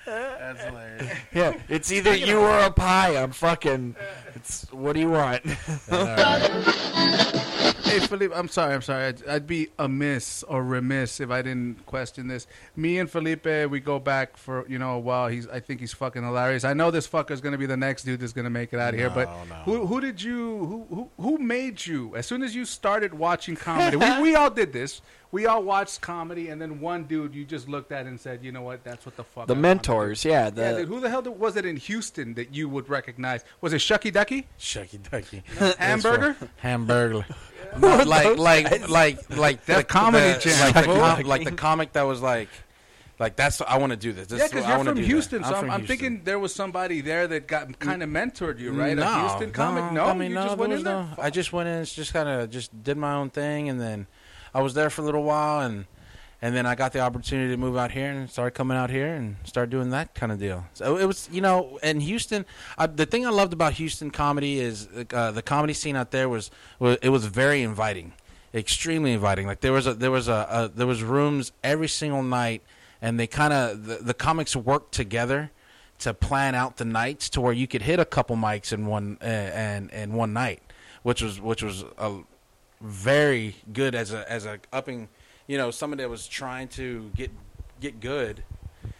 C: That's hilarious.
F: Yeah, it's either you or a pie. I'm fucking. It's what do you want?
D: hey, Felipe, I'm sorry, I'm sorry. I'd, I'd be amiss or remiss if I didn't question this. Me and Felipe, we go back for you know a while. He's, I think he's fucking hilarious. I know this fucker's gonna be the next dude that's gonna make it out of here. But who, who did you, who, who, who made you? As soon as you started watching comedy, we, we all did this. We all watched comedy, and then one dude you just looked at and said, you know what, that's what the fuck.
F: The
D: I wanna do."
F: mentors, yeah. The,
E: Uh,
D: Yeah, dude, who the hell did, was it in Houston that you would recognize? Was it Shucky Ducky?
E: Shucky
D: [LAUGHS]
E: ducky.
D: Hamburger? [LAUGHS]
E: Hamburger. Not like like like like
D: That comedy jam.
E: Like the,
D: Shucky
E: com- like the comic that was like, like that's I want to do this. this
D: Yeah,
E: is what
D: because
E: I
D: you're
E: wanna
D: from
E: do
D: Houston,
E: that.
D: so I'm,
E: from
D: I'm
E: Houston. Mm,
D: thinking there was somebody there that got kind of mentored you, right?
E: No,
D: a Houston comic? No,
E: I mean,
D: you
E: no,
D: just
E: there
D: went in
E: was
D: there.
E: no- I just went in, and just kind of just did my own thing, and then I was there for a little while, and and then I got the opportunity to move out here and started coming out here and start doing that kind of deal. So it was, you know, in Houston, I, the thing I loved about Houston comedy is uh, the comedy scene out there was, was it was very inviting, extremely inviting. Like there was a there was a, a there was rooms every single night, and they kind of the, the comics worked together to plan out the nights to where you could hit a couple mics in one uh, and and one night, which was which was a very good as a as a upping, you know, somebody that was trying to get get good.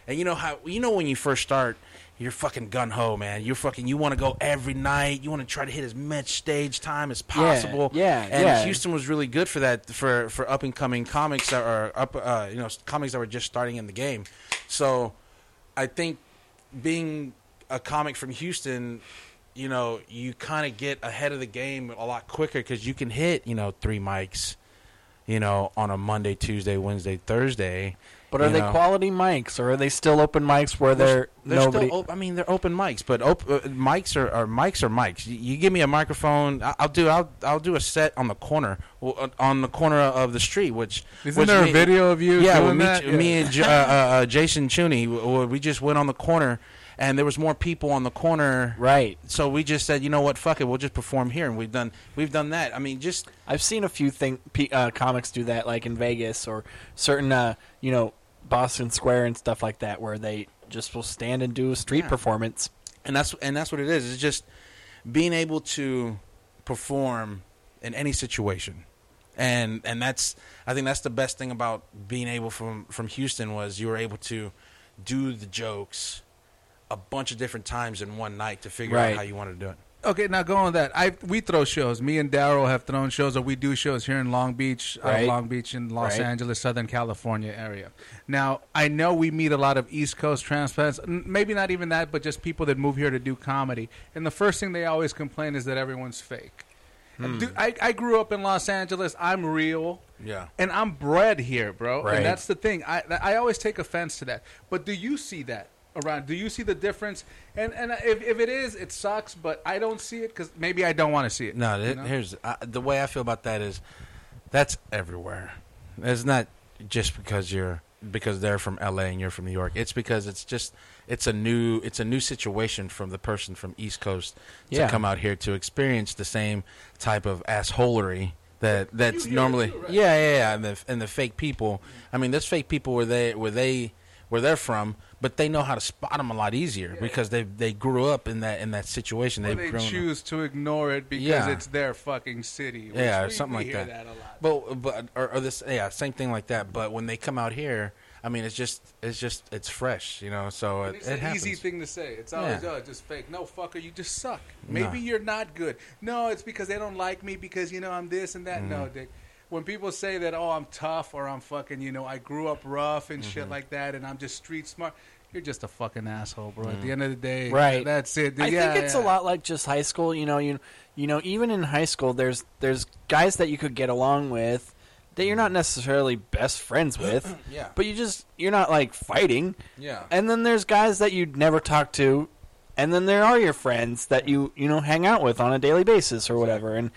E: And you know how you know when you first start, you're fucking gun ho, man. You're fucking you want to go every night. You want to try to hit as much stage time as possible.
F: yeah,
E: and
F: yeah.
E: Houston was really good for that for for up and coming comics that are up, uh, you know, comics that were just starting in the game. So, I think being a comic from Houston, you know, you kind of get ahead of the game a lot quicker because you can hit, you know, three mics, you know, on a Monday, Tuesday, Wednesday, Thursday.
F: but are
E: you
F: they
E: know.
F: quality mics, or are they still open mics where they're,
E: They're
F: nobody?
E: still. Op- I mean, they're open mics, but op- uh, mics are, are mics are mics. You, you give me a microphone, I- I'll do. I'll I'll do a set on the corner, w- uh, on the corner of the street. Which
D: Isn't
E: which
D: there a
E: me-
D: video of you
E: Yeah,
D: doing
E: well, me,
D: that?
E: J- me and J- uh, uh, uh, Jason Chuney, w- w- we just went on the corner, and there was more people on the corner.
F: right.
E: So we just said, you know what, fuck it, we'll just perform here, and we've done we've done that. I mean, just
F: I've seen a few thing pe- uh, comics do that, like in Vegas or certain, uh, you know, Boston Square and stuff like that, where they just will stand and do a street performance.
E: and that's and that's what it is. It's just being able to perform in any situation, and and that's I think that's the best thing about being able from from Houston was you were able to do the jokes a bunch of different times in one night to figure
F: Right.
E: out how you wanted to do it.
D: Okay, now go on that. I we throw shows. Me and Daryl have thrown shows, or we do shows here in Long Beach,
F: Right.
D: uh, Long Beach in Los
F: Right.
D: Angeles, Southern California area. Now I know we meet a lot of East Coast transplants. N- Maybe not even that, but just people that move here to do comedy. And the first thing they
F: Hmm.
D: always complain is that everyone's fake. Dude, I, I grew up in Los Angeles. I'm real.
E: Yeah.
D: And I'm bred here, bro.
E: Right.
D: And that's the thing. I I always take offense to that. But do you see that around? Do you see the difference? And and if, if it is, it sucks. But I don't see it because maybe I don't want to see it.
E: No,
D: you
E: th-
D: know?
E: here's I, the way I feel about that is that's everywhere. It's not just because you're because they're from LA and you're from New York. It's because it's just it's a new it's a new situation from the person from East Coast to
F: Yeah.
E: come out here to experience the same type of assholery that that's
D: hear it
E: normally
D: too, right?
E: yeah yeah yeah and the and the fake people. I mean, there's fake people where they where they where they're from, but they know how to spot them a lot easier because they they grew up in that in that situation.
D: Or
E: They've
D: they
E: grown up.
D: choose to ignore it because
E: Yeah.
D: it's their fucking city. which
E: yeah,
D: we-
E: or something
D: we
E: like
D: hear
E: that.
D: a lot.
E: But but or, or this yeah, same thing like that. But when they come out here, I mean, it's just it's just it's fresh, you know. So it,
D: It's
E: it
D: an
E: happens.
D: easy thing to say. It's always
E: Yeah.
D: oh, just fake. No, fucker, you just suck. Maybe you're not good. No, it's because they don't like me because you know I'm this and that. No,
F: Mm-hmm.
D: Dick. When people say that, oh, I'm tough or I'm fucking, you know, I grew up rough and shit
F: Mm-hmm.
D: like that, and I'm just street smart. You're just a fucking asshole, bro. At the end of the day,
F: Mm. Right.
D: That's it.
F: I
D: Yeah,
F: think it's
D: yeah.
F: a lot like just high school. You know, you you know, even in high school, there's there's guys that you could get along with that you're not necessarily best friends with.
E: Yeah.
F: But you just you're not like fighting.
E: Yeah.
F: And then there's guys that you'd never talk to, and then there are your friends that you you know hang out with on a daily basis or whatever, and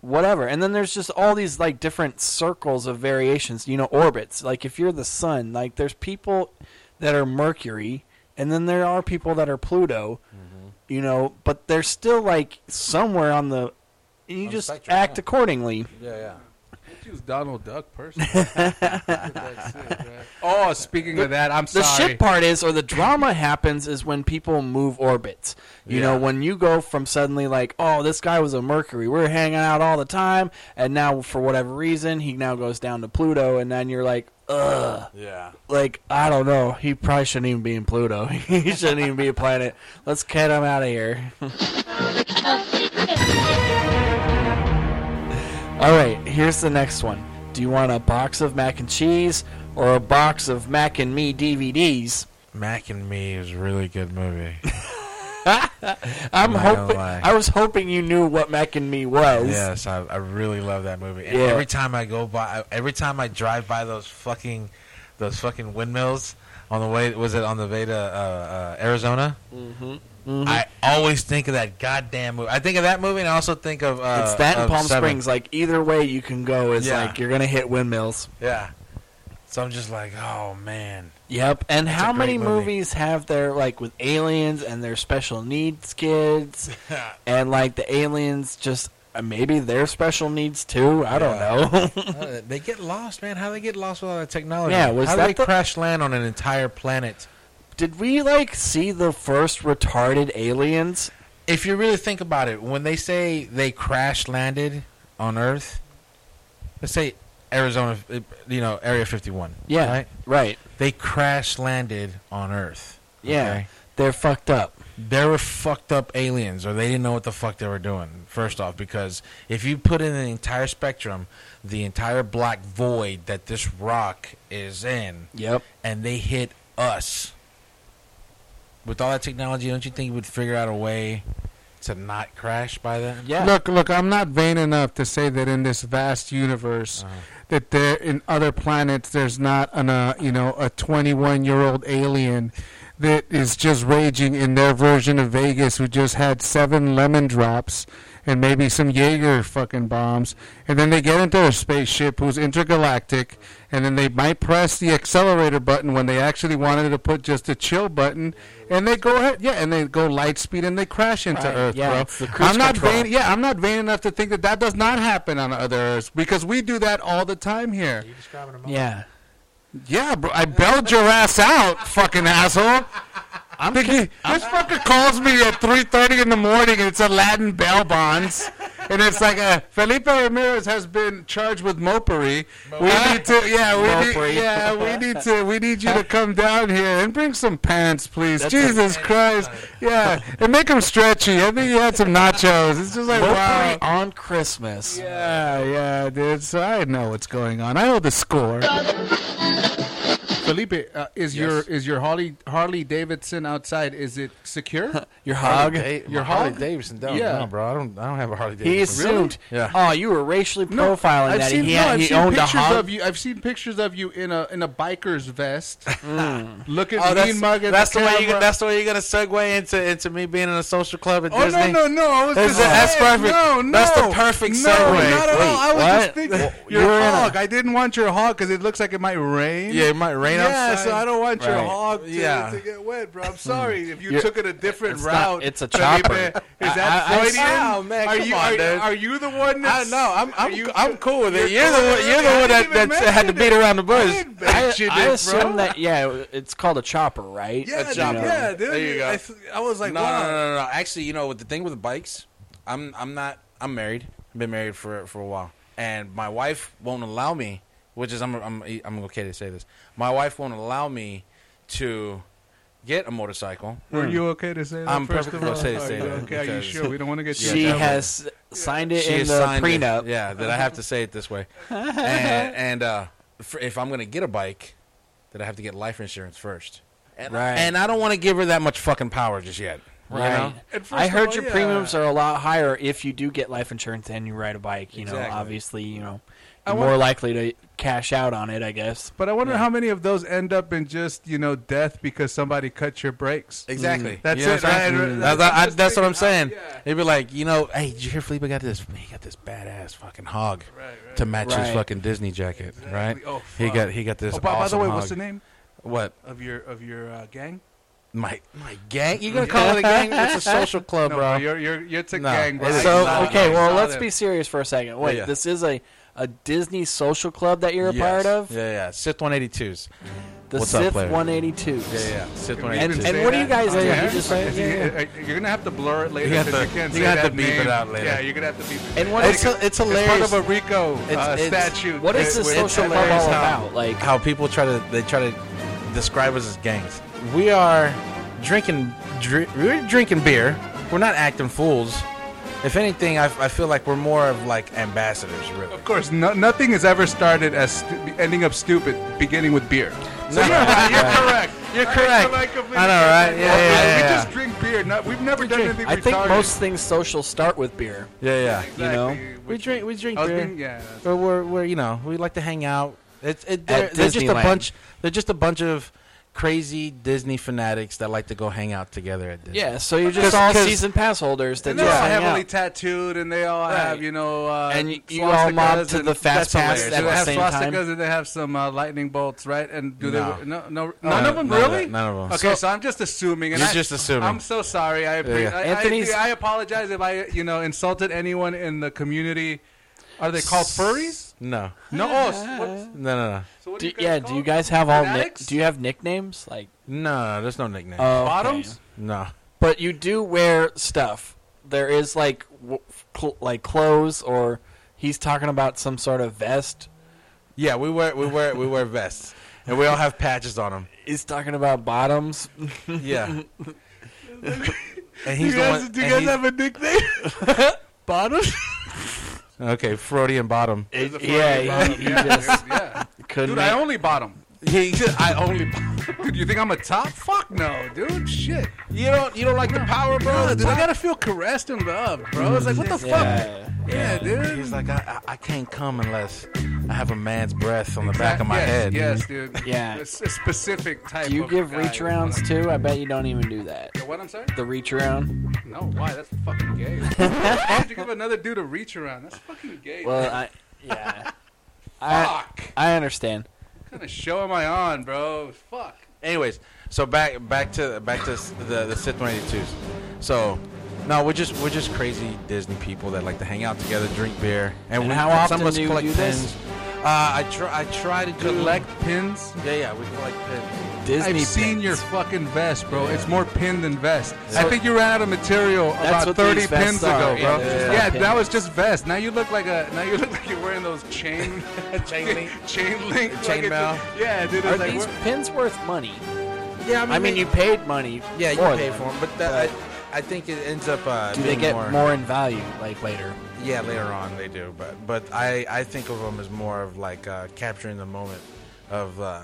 F: whatever. And then there's just all these like different circles of variations, you know, orbits. Like if you're the sun, like there's people that are Mercury, and then there are people that are Pluto, you know, but they're still like somewhere on the. And you
E: On the
F: just
E: spectrum,
F: act
E: yeah.
F: accordingly.
E: Yeah, yeah.
D: I choose Donald Duck personally.
F: [LAUGHS]
D: That's it, right? Oh, speaking of that, I'm
F: the
D: sorry.
F: shit part is or the drama happens is when people move orbits you know
E: Yeah.
F: when you go from suddenly like oh this guy was a mercury we are hanging out all the time and now for whatever reason he now goes down to pluto and then you're like ugh
E: Yeah.
F: like i don't know he probably shouldn't even be in pluto [LAUGHS] he shouldn't even be a planet let's get him out of here [LAUGHS] all right here's the next one do you want a box of mac and cheese or a box of mac and me dvds
E: Mac and Me is a really
F: [LAUGHS]
E: good movie.
F: I'm
E: Not gonna
F: hoping.
E: lie.
F: I was hoping you knew what Mac and Me was.
E: yes, I, I really love that movie. And
F: Yeah.
E: every time I go by, every time I drive by those fucking those fucking windmills on the way, was it on the way to uh, uh, Arizona?
F: Mm-hmm.
E: I always think of that goddamn movie. I think of that movie, and I also think of uh,
F: it's that in
E: of
F: Palm
E: Seven.
F: Springs. Like either way you can go is
E: Yeah.
F: like you're gonna hit windmills.
E: Yeah. So I'm just like, oh man.
F: Yep. And
E: That's a
F: how
E: great
F: many
E: movie.
F: movies have their like with aliens and their special needs kids, and like the aliens just uh, maybe their special needs too. I don't know. [LAUGHS]
E: Uh, they get lost, man. How they get lost with all that technology?
F: Yeah, was
E: How
F: that
E: do they
F: the-
E: crash land on an entire planet?
F: Did we like see the first retarded aliens?
E: If you really think about it, when they say they crash landed on Earth, let's say Arizona, uh, you know, Area 51.
F: Yeah.
E: Right?
F: Right.
E: They crash landed on Earth.
F: Yeah.
E: okay?
F: They're fucked up.
E: They were fucked up aliens, or they didn't know what the fuck they were doing. First off, because if you put in the entire spectrum, the entire black void that this rock is in,
F: Yep.
E: and they hit us with all that technology, don't you think you would figure out a way to not crash by then?
F: Yeah.
D: Look, look, I'm not vain enough to say that in this vast universe that there in other planets there's not an uh, you know, a 21-year-old alien that is just raging in their version of Vegas who just had seven lemon drops and maybe some Jaeger fucking bombs and then they get into a spaceship who's intergalactic and then they might press the accelerator button when they actually wanted to put just a chill button and they go ahead yeah and they go light speed and they crash into
F: Right,
D: earth
F: yeah,
D: bro
F: it's the cruise
D: i'm not
F: control.
D: vain yeah, I'm not vain enough to think that that does not happen on other Earths because we do that all the time here.
F: Yeah.
D: Yeah, bro, I bailed your ass out, fucking asshole. I'm thinking, this fucker calls me at 3.30 in the morning and it's Aladdin bail bonds. And it's like, uh, Felipe Ramirez has been charged with mopery. We need to, yeah, we
F: Mopery.
D: need, yeah, we need to, we need [LAUGHS] you to come down here and bring some pants, please.
F: That's
D: Jesus Christ, yeah, and make them stretchy. I think you had some nachos. It's just like, wow.
F: Mercury on Christmas.
D: Yeah, yeah, dude. So I know what's going on. I know the score. Felipe keep it. Uh, is
E: Yes.
D: your is your Harley Harley Davidson outside? Is it secure?
F: [LAUGHS] Your hog.
E: Hey,
D: Your
E: my Harley
D: hog?
E: Davidson, don't,
D: Yeah.
E: no, bro. I don't. I don't have a Harley Davidson.
F: He assumed.
E: Yeah.
F: Oh, you were racially
D: No,
F: profiling
D: I've
F: that
D: seen,
F: he,
D: no,
F: had,
D: I've
F: he
D: seen
F: owned a
D: pictures
F: hog.
D: of you. I've seen pictures of you in a in a biker's
E: [LAUGHS]
D: vest, looking
E: Oh, that's,
D: mean mug at
E: [LAUGHS] that's the,
D: the,
E: way. You,
D: camera.
E: that's the way you're gonna segue into into me being in a social club at
D: Oh
E: Disney.
D: no no no! I was
E: That's
D: just
E: it. That's
D: saying,
E: perfect.
D: No, no,
E: That's the perfect
D: No,
E: segue.
D: not at all. I was
E: Wait,
D: just
E: what?
D: thinking
E: Well,
D: your
E: you're in a-
D: hog. I didn't want your hog because it looks like it might rain.
E: Yeah, it might rain
D: yeah,
E: outside.
D: so I don't want your
E: Right.
D: hog to,
E: Yeah.
D: to get wet, bro. I'm
E: [LAUGHS]
D: sorry if you
F: You're-
D: took it a different
F: it's not-
D: route.
F: it's a
D: Felipe.
F: chopper.
D: Is
F: I-
D: that
F: I- I-
D: Freudian?
E: Oh, man,
D: are
E: come
D: you
E: on,
D: are,
E: dude.
D: are you the one?
E: I
D: That's,
E: know. I'm I'm,
D: are you-
E: I'm cool with it. You're, the
D: cool
E: one.
D: with
E: You're
D: it?
E: the
D: I
E: one that,
D: didn't even
E: that had to
D: mention
E: beat around the
D: I
E: bush.
D: didn't mention
F: I
D: it,
F: assume
D: bro.
F: that yeah, it's called a chopper, right?
D: Yeah,
E: That's
D: dude,
E: chopper.
D: yeah, dude.
E: There you go.
D: I, th- I was like,
E: no,
D: wow.
E: no, no, no, no. Actually, you know, with the thing with bikes, I'm I'm not. I'm married. I've been married for for a while, and my wife won't allow me. Which is I'm I'm I'm okay to say this. My wife won't allow me to get a motorcycle.
D: Were you okay to say that?
E: I'm
D: first
E: perfectly
D: of all?
E: okay to say
D: Are you
E: that,
D: Okay, are you
E: because-
D: sure? We don't want to get you
F: she
D: in trouble.
F: has signed it in
E: has
F: the
E: signed it.
F: prenup.
E: yeah, that I have to say it this
F: [LAUGHS]
E: way. and and uh, for, if I'm gonna get a bike, that I have to get life insurance first. And,
F: Right.
E: and I don't want to give her that much fucking power just yet. you
F: Right.
E: know?
D: And first
F: I
D: of
F: heard
D: all,
F: your
D: yeah.
F: premiums are a lot higher if you do get life insurance and you ride a bike. You know,
E: Exactly.
F: obviously, you know, you're more likely to cash out on it, I guess.
D: But I wonder how many of those end up in just you know death because somebody cut your brakes.
E: Exactly.
D: That's
E: You know
D: it,
E: what I'm
D: right?
E: saying?
D: Mm.
E: That's, I- I- that's what I'm saying.
D: thinking, oh, yeah.
E: They'd be like, you know, hey, did you hear Felipe got this? He got this badass fucking hog to match his
F: Right.
E: fucking Disney jacket, right?
D: Oh,
E: he
D: fuck.
E: got he got this.
D: Oh, by, by the
E: awesome
D: way,
E: hog.
D: what's the name
E: What
D: of your of your uh, gang?
E: my my gang? You gonna call it a gang? It's a social club,
D: No,
E: bro.
D: bro, you're you're you're it's a
E: No,
D: gang, bro.
E: it is
F: So
E: not.
F: okay, well,
D: Solid.
F: let's be serious for a second. Wait,
E: yeah.
F: this is a a Disney social club that you're a
E: Yes.
F: part of,
E: Yeah, yeah. Sith 182s.
F: the
E: What's up,
F: SIF
E: player?
F: 182.
E: Yeah, yeah. Sith
F: And,
E: 182s.
F: and what do you guys
D: Oh, Yeah.
F: think? You just-
D: If you- uh, You're gonna have to blur it later
E: have
D: because
E: to-
D: you can't
E: you
D: say
E: have to
D: that
E: beep it
D: name.
E: out later.
D: Yeah, you're gonna have to beep it.
F: and what
E: it's,
F: is
E: it's
D: It's part of
E: hilarious.
D: a Rico uh,
E: it's-
D: statute.
F: what is
D: that-
F: this
E: it's-
F: social
E: it's
F: club all
E: how-
F: about? Like,
E: how people try to they try to describe us as gangs. We are drinking dr- we're drinking beer. We're not acting fools. If anything, I, I feel like we're more of like ambassadors, really.
D: Of course, no, nothing has ever started as stu- ending up stupid, beginning with beer. So you're, right, [LAUGHS] you're correct.
E: You're
D: I
E: correct.
D: feel like completely
E: I know, right?
D: different.
E: Yeah, yeah,
D: We-
E: yeah,
D: We
E: yeah.
D: just drink beer. Not, we've never done anything
F: I
D: retarded.
F: think most things social start with beer.
E: Yeah, yeah.
D: Exactly.
F: you know,
E: We drink we drink
D: I was
E: beer.
D: being- yeah.
E: But we're, we're you know we like to hang out. It's it, they're,
F: At
E: they're just a
F: Disneyland.
E: bunch. They're just a bunch of crazy Disney fanatics that like to go hang out together at Disney.
F: Yeah, so you're just
E: 'Cause-
F: all
E: 'cause-
F: season pass holders that
D: And they're
F: just
D: all
F: hang
D: heavily
F: out.
D: tattooed, and they all have you know. Uh,
F: And you- you all mob
D: swastikas
F: to
D: and-
F: the fast
D: that's all
F: pass
D: they do.
F: at
D: They
F: the
D: have
F: same
D: swastikas
F: time?
D: and they have some uh, lightning bolts, right? And do
E: No.
D: they? No, no, none
E: no,
D: of them
E: none of
D: really.
E: that- none of 'em.
D: Okay, so, I'm just assuming. And
E: You're
D: I,
E: just assuming.
D: I'm so sorry. I, appre-
E: Yeah.
D: I,
F: Anthony's-
D: I, I apologize if I you know insulted anyone in the community. Are they called furries?
E: No,
D: No. Oh,
F: [LAUGHS]
D: s- what-
E: no, no, no,
D: so what
F: Do,
D: do
F: you-
D: you
F: yeah,
D: guys
F: do you
D: call 'em?
F: guys have all nick
D: Fanatics?
F: do you have nicknames like
E: no, no. There's no nickname.
F: oh, okay.
D: bottoms?
E: no.
F: But you do wear stuff. There is like w- cl- like clothes or he's talking about some sort of vest.
E: Yeah, we wear we wear we wear vests, and we all have patches on them.
F: He's talking about bottoms.
E: Yeah. and he's
D: Do you
E: the
D: guys,
E: one.
D: do you
E: and
D: guys
E: he's-
D: have a nickname?
F: Bottoms?
E: okay, Freudian bottom.
F: [LAUGHS] yeah, he, he just
D: [LAUGHS] yeah.
F: couldn't
D: Dude,
F: make-
D: I only bottom.
E: He, I only.
D: Dude, [LAUGHS] you think I'm a top? Fuck no, dude. Shit.
E: You don't you don't like the power, bro.
D: Dude, I gotta feel caressed and loved, bro. It's like, what the fuck?
F: yeah.
D: Yeah, dude.
E: He's like, I, I I can't come unless I have a man's breath on the back of my
D: yes,
E: head.
D: Yes, dude.
F: Yeah.
D: It's a specific type
F: Do you
D: of
F: give
D: guy.
F: reach arounds too? I bet you don't even do that.
D: What I'm sorry?
F: The reach around?
D: No, why? That's fucking gay.
F: [LAUGHS]
D: why would you give another dude a reach around? That's fucking gay.
F: Well, I yeah. I
D: fuck.
F: [LAUGHS] I understand.
D: What kind of show am I on, bro? Fuck.
E: Anyways, so back back to back to s- the the Sith 182s. So no, we're just we're just crazy Disney people that like to hang out together, drink beer, and,
F: And
E: we,
F: how often
E: some of us
F: do you
E: collect
F: do this?
E: pins. Uh, I try I try to do,
D: Collect pins.
E: Yeah, yeah, we collect pins.
F: Disney
D: I've seen
F: pins.
D: your fucking vest, bro. It's more pin than vest. I think you ran out of material about
F: what these
D: 30
F: vests
D: pins
F: are. Yeah,
D: ago, bro.
F: they're just
D: Yeah,
F: like
D: that
F: pins.
D: was just vest. Now you look like a now you look like you're wearing those chain chain link chain link fucking-
E: Chain mail.
D: [LAUGHS] Yeah, dude.
F: Are
D: It's like,
F: these
D: we're-
F: pins worth money?
E: Yeah,
F: I mean, you paid money.
E: yeah, you
F: for
E: pay
F: them.
E: for them, but that, I, I think it ends up uh,
F: Do they
E: being
F: get more. in value like later?
E: Yeah, later on they do, but but I I think of them as more of like uh, capturing the moment of uh,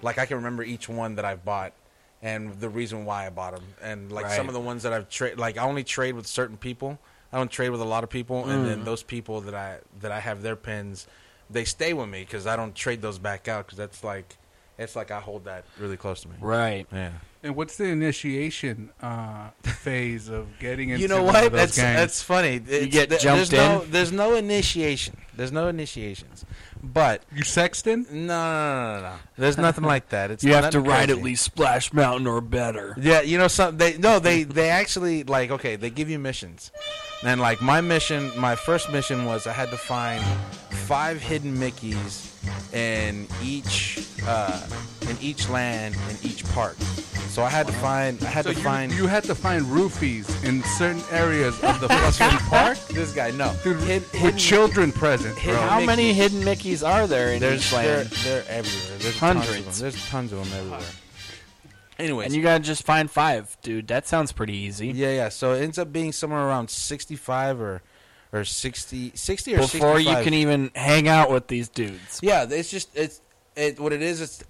E: Like I can remember each one that I've bought and the reason why I bought them, and like some of the ones that I've trade. Like I only trade with certain people. I don't trade with a lot of people, and
F: Mm.
E: then those people that I that I have their pins, they stay with me because I don't trade those back out because that's like. It's like I hold that really close to me.
F: Right.
E: Yeah.
D: And what's the initiation uh, phase of getting into
E: you know
D: one
E: what?
D: of those
E: That's
D: gangs?
E: that's funny. It's-
F: get
E: th-
F: jumped
E: there's No,
F: in?
E: there's no initiation. There's no initiations. But
D: you sexton?
E: no, no, no, no, no. There's nothing like that.
F: [LAUGHS]
E: It's
F: You have to
E: nothing
F: ride at
E: crazy.
F: least Splash Mountain or better.
E: Yeah, you know some they no they they actually like okay they give you missions, and like my mission my first mission was I had to find five hidden Mickey's in each uh, in each land in each park. So I had to find I had
D: So
E: to
D: you,
E: find
D: you had to find roofies in certain areas of
E: [LAUGHS]
D: the fucking park.
E: this guy no
D: Dude,
E: Hid-
D: with
E: hidden-
D: children present,
E: hidden
D: bro.
F: How many
E: Mickeys.
F: hidden Mickeys are there in
E: There's
F: each
E: they're,
F: land?
E: they're everywhere. There's tons of
F: Hundreds.
E: them. There's tons of them everywhere. Anyways,
F: And you gotta just find five, dude. That sounds pretty easy.
E: yeah, yeah. So it ends up being somewhere around 65 or or 60, 60 or
F: Before
E: 65.
F: you can even hang out with these dudes.
E: Yeah, it's just it's it what it is. It's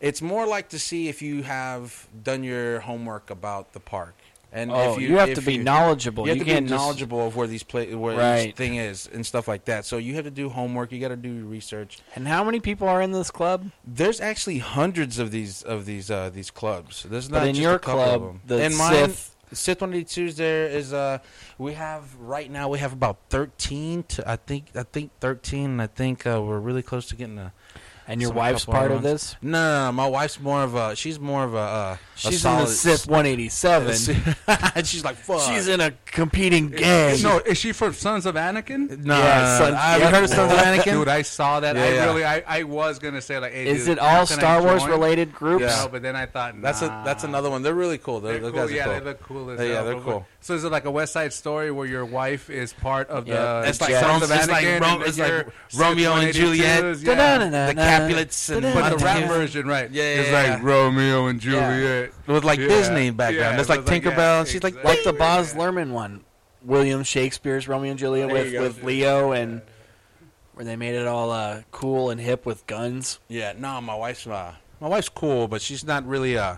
E: it's more like to see if you have done your homework about the park. And
F: Oh,
E: if
F: you,
E: you,
F: have
E: if
F: to be
E: you-
F: knowledgeable.
E: You have
F: You,
E: to
F: can't
E: be
F: just-
E: knowledgeable of where these play, where
F: Right.
E: each thing is and stuff like that. So you have to do homework. You got to do your research.
F: And how many people are in this club?
E: There's actually hundreds of these of these uh, these clubs. There's not
F: in
E: just
F: your
E: a couple
F: club,
E: of them.
F: the
E: in mine,
F: Sith-
E: Sith one eighty twos. There is uh, we have right now we have about thirteen to I think I think thirteen. And I think uh, we're really close to getting a.
F: And your
E: some
F: wife's
E: couple other
F: part of
E: ones.
F: this?
E: No, no, no, my wife's more of a. She's more of a. Uh, a
F: She's in
E: solid,
F: the SIP
E: [LAUGHS]
F: 187.
E: and she's like fuck.
F: She's in a competing gang.
D: No, is she from Sons of Anakin?
E: No,
F: Yeah,
E: no, no,
F: son-
E: no. Uh, Have
F: yeah.
E: you heard of Sons of Anakin?
D: Dude, I saw that.
E: Yeah,
D: I
E: yeah.
D: really, I, I was gonna say like, hey,
F: Is it
D: dude,
F: all
D: can I
F: Star Wars
D: join?
F: related groups?
D: No, but then I thought
E: that's
D: nah.
E: a that's another one. They're really cool. They're,
D: They're
E: those
D: cool.
E: guys are
D: yeah,
E: cool.
D: they look cool as
E: Yeah, yeah,
D: hell.
E: they're
D: But-
E: cool.
D: So is it like a West Side Story where your wife is part of
F: Yeah,
D: the
E: it's like
D: Sons
E: Rome-
D: of
E: it's
D: Anakin?
E: like
D: and
E: Rome-
D: then
E: it's
D: you're
E: like
D: Sith
E: Romeo and
D: 182s?
E: Juliet.
D: Yeah.
E: the Capulets and
D: But the rap
E: Montagues.
D: version, right?
E: Yeah, yeah,
D: It's
E: yeah.
D: like Romeo and Juliet.
E: with like
D: Yeah.
E: Disney background.
D: Yeah,
E: That's like
D: it was like,
E: Tinkerbell.
D: yeah,
E: She's like
D: exactly.
F: Like the Boz Lerman one. William Shakespeare's Romeo and Juliet with, with Leo and where they made it all uh, cool and hip with guns.
E: yeah. No, my wife's uh, my wife's cool, but she's not really uh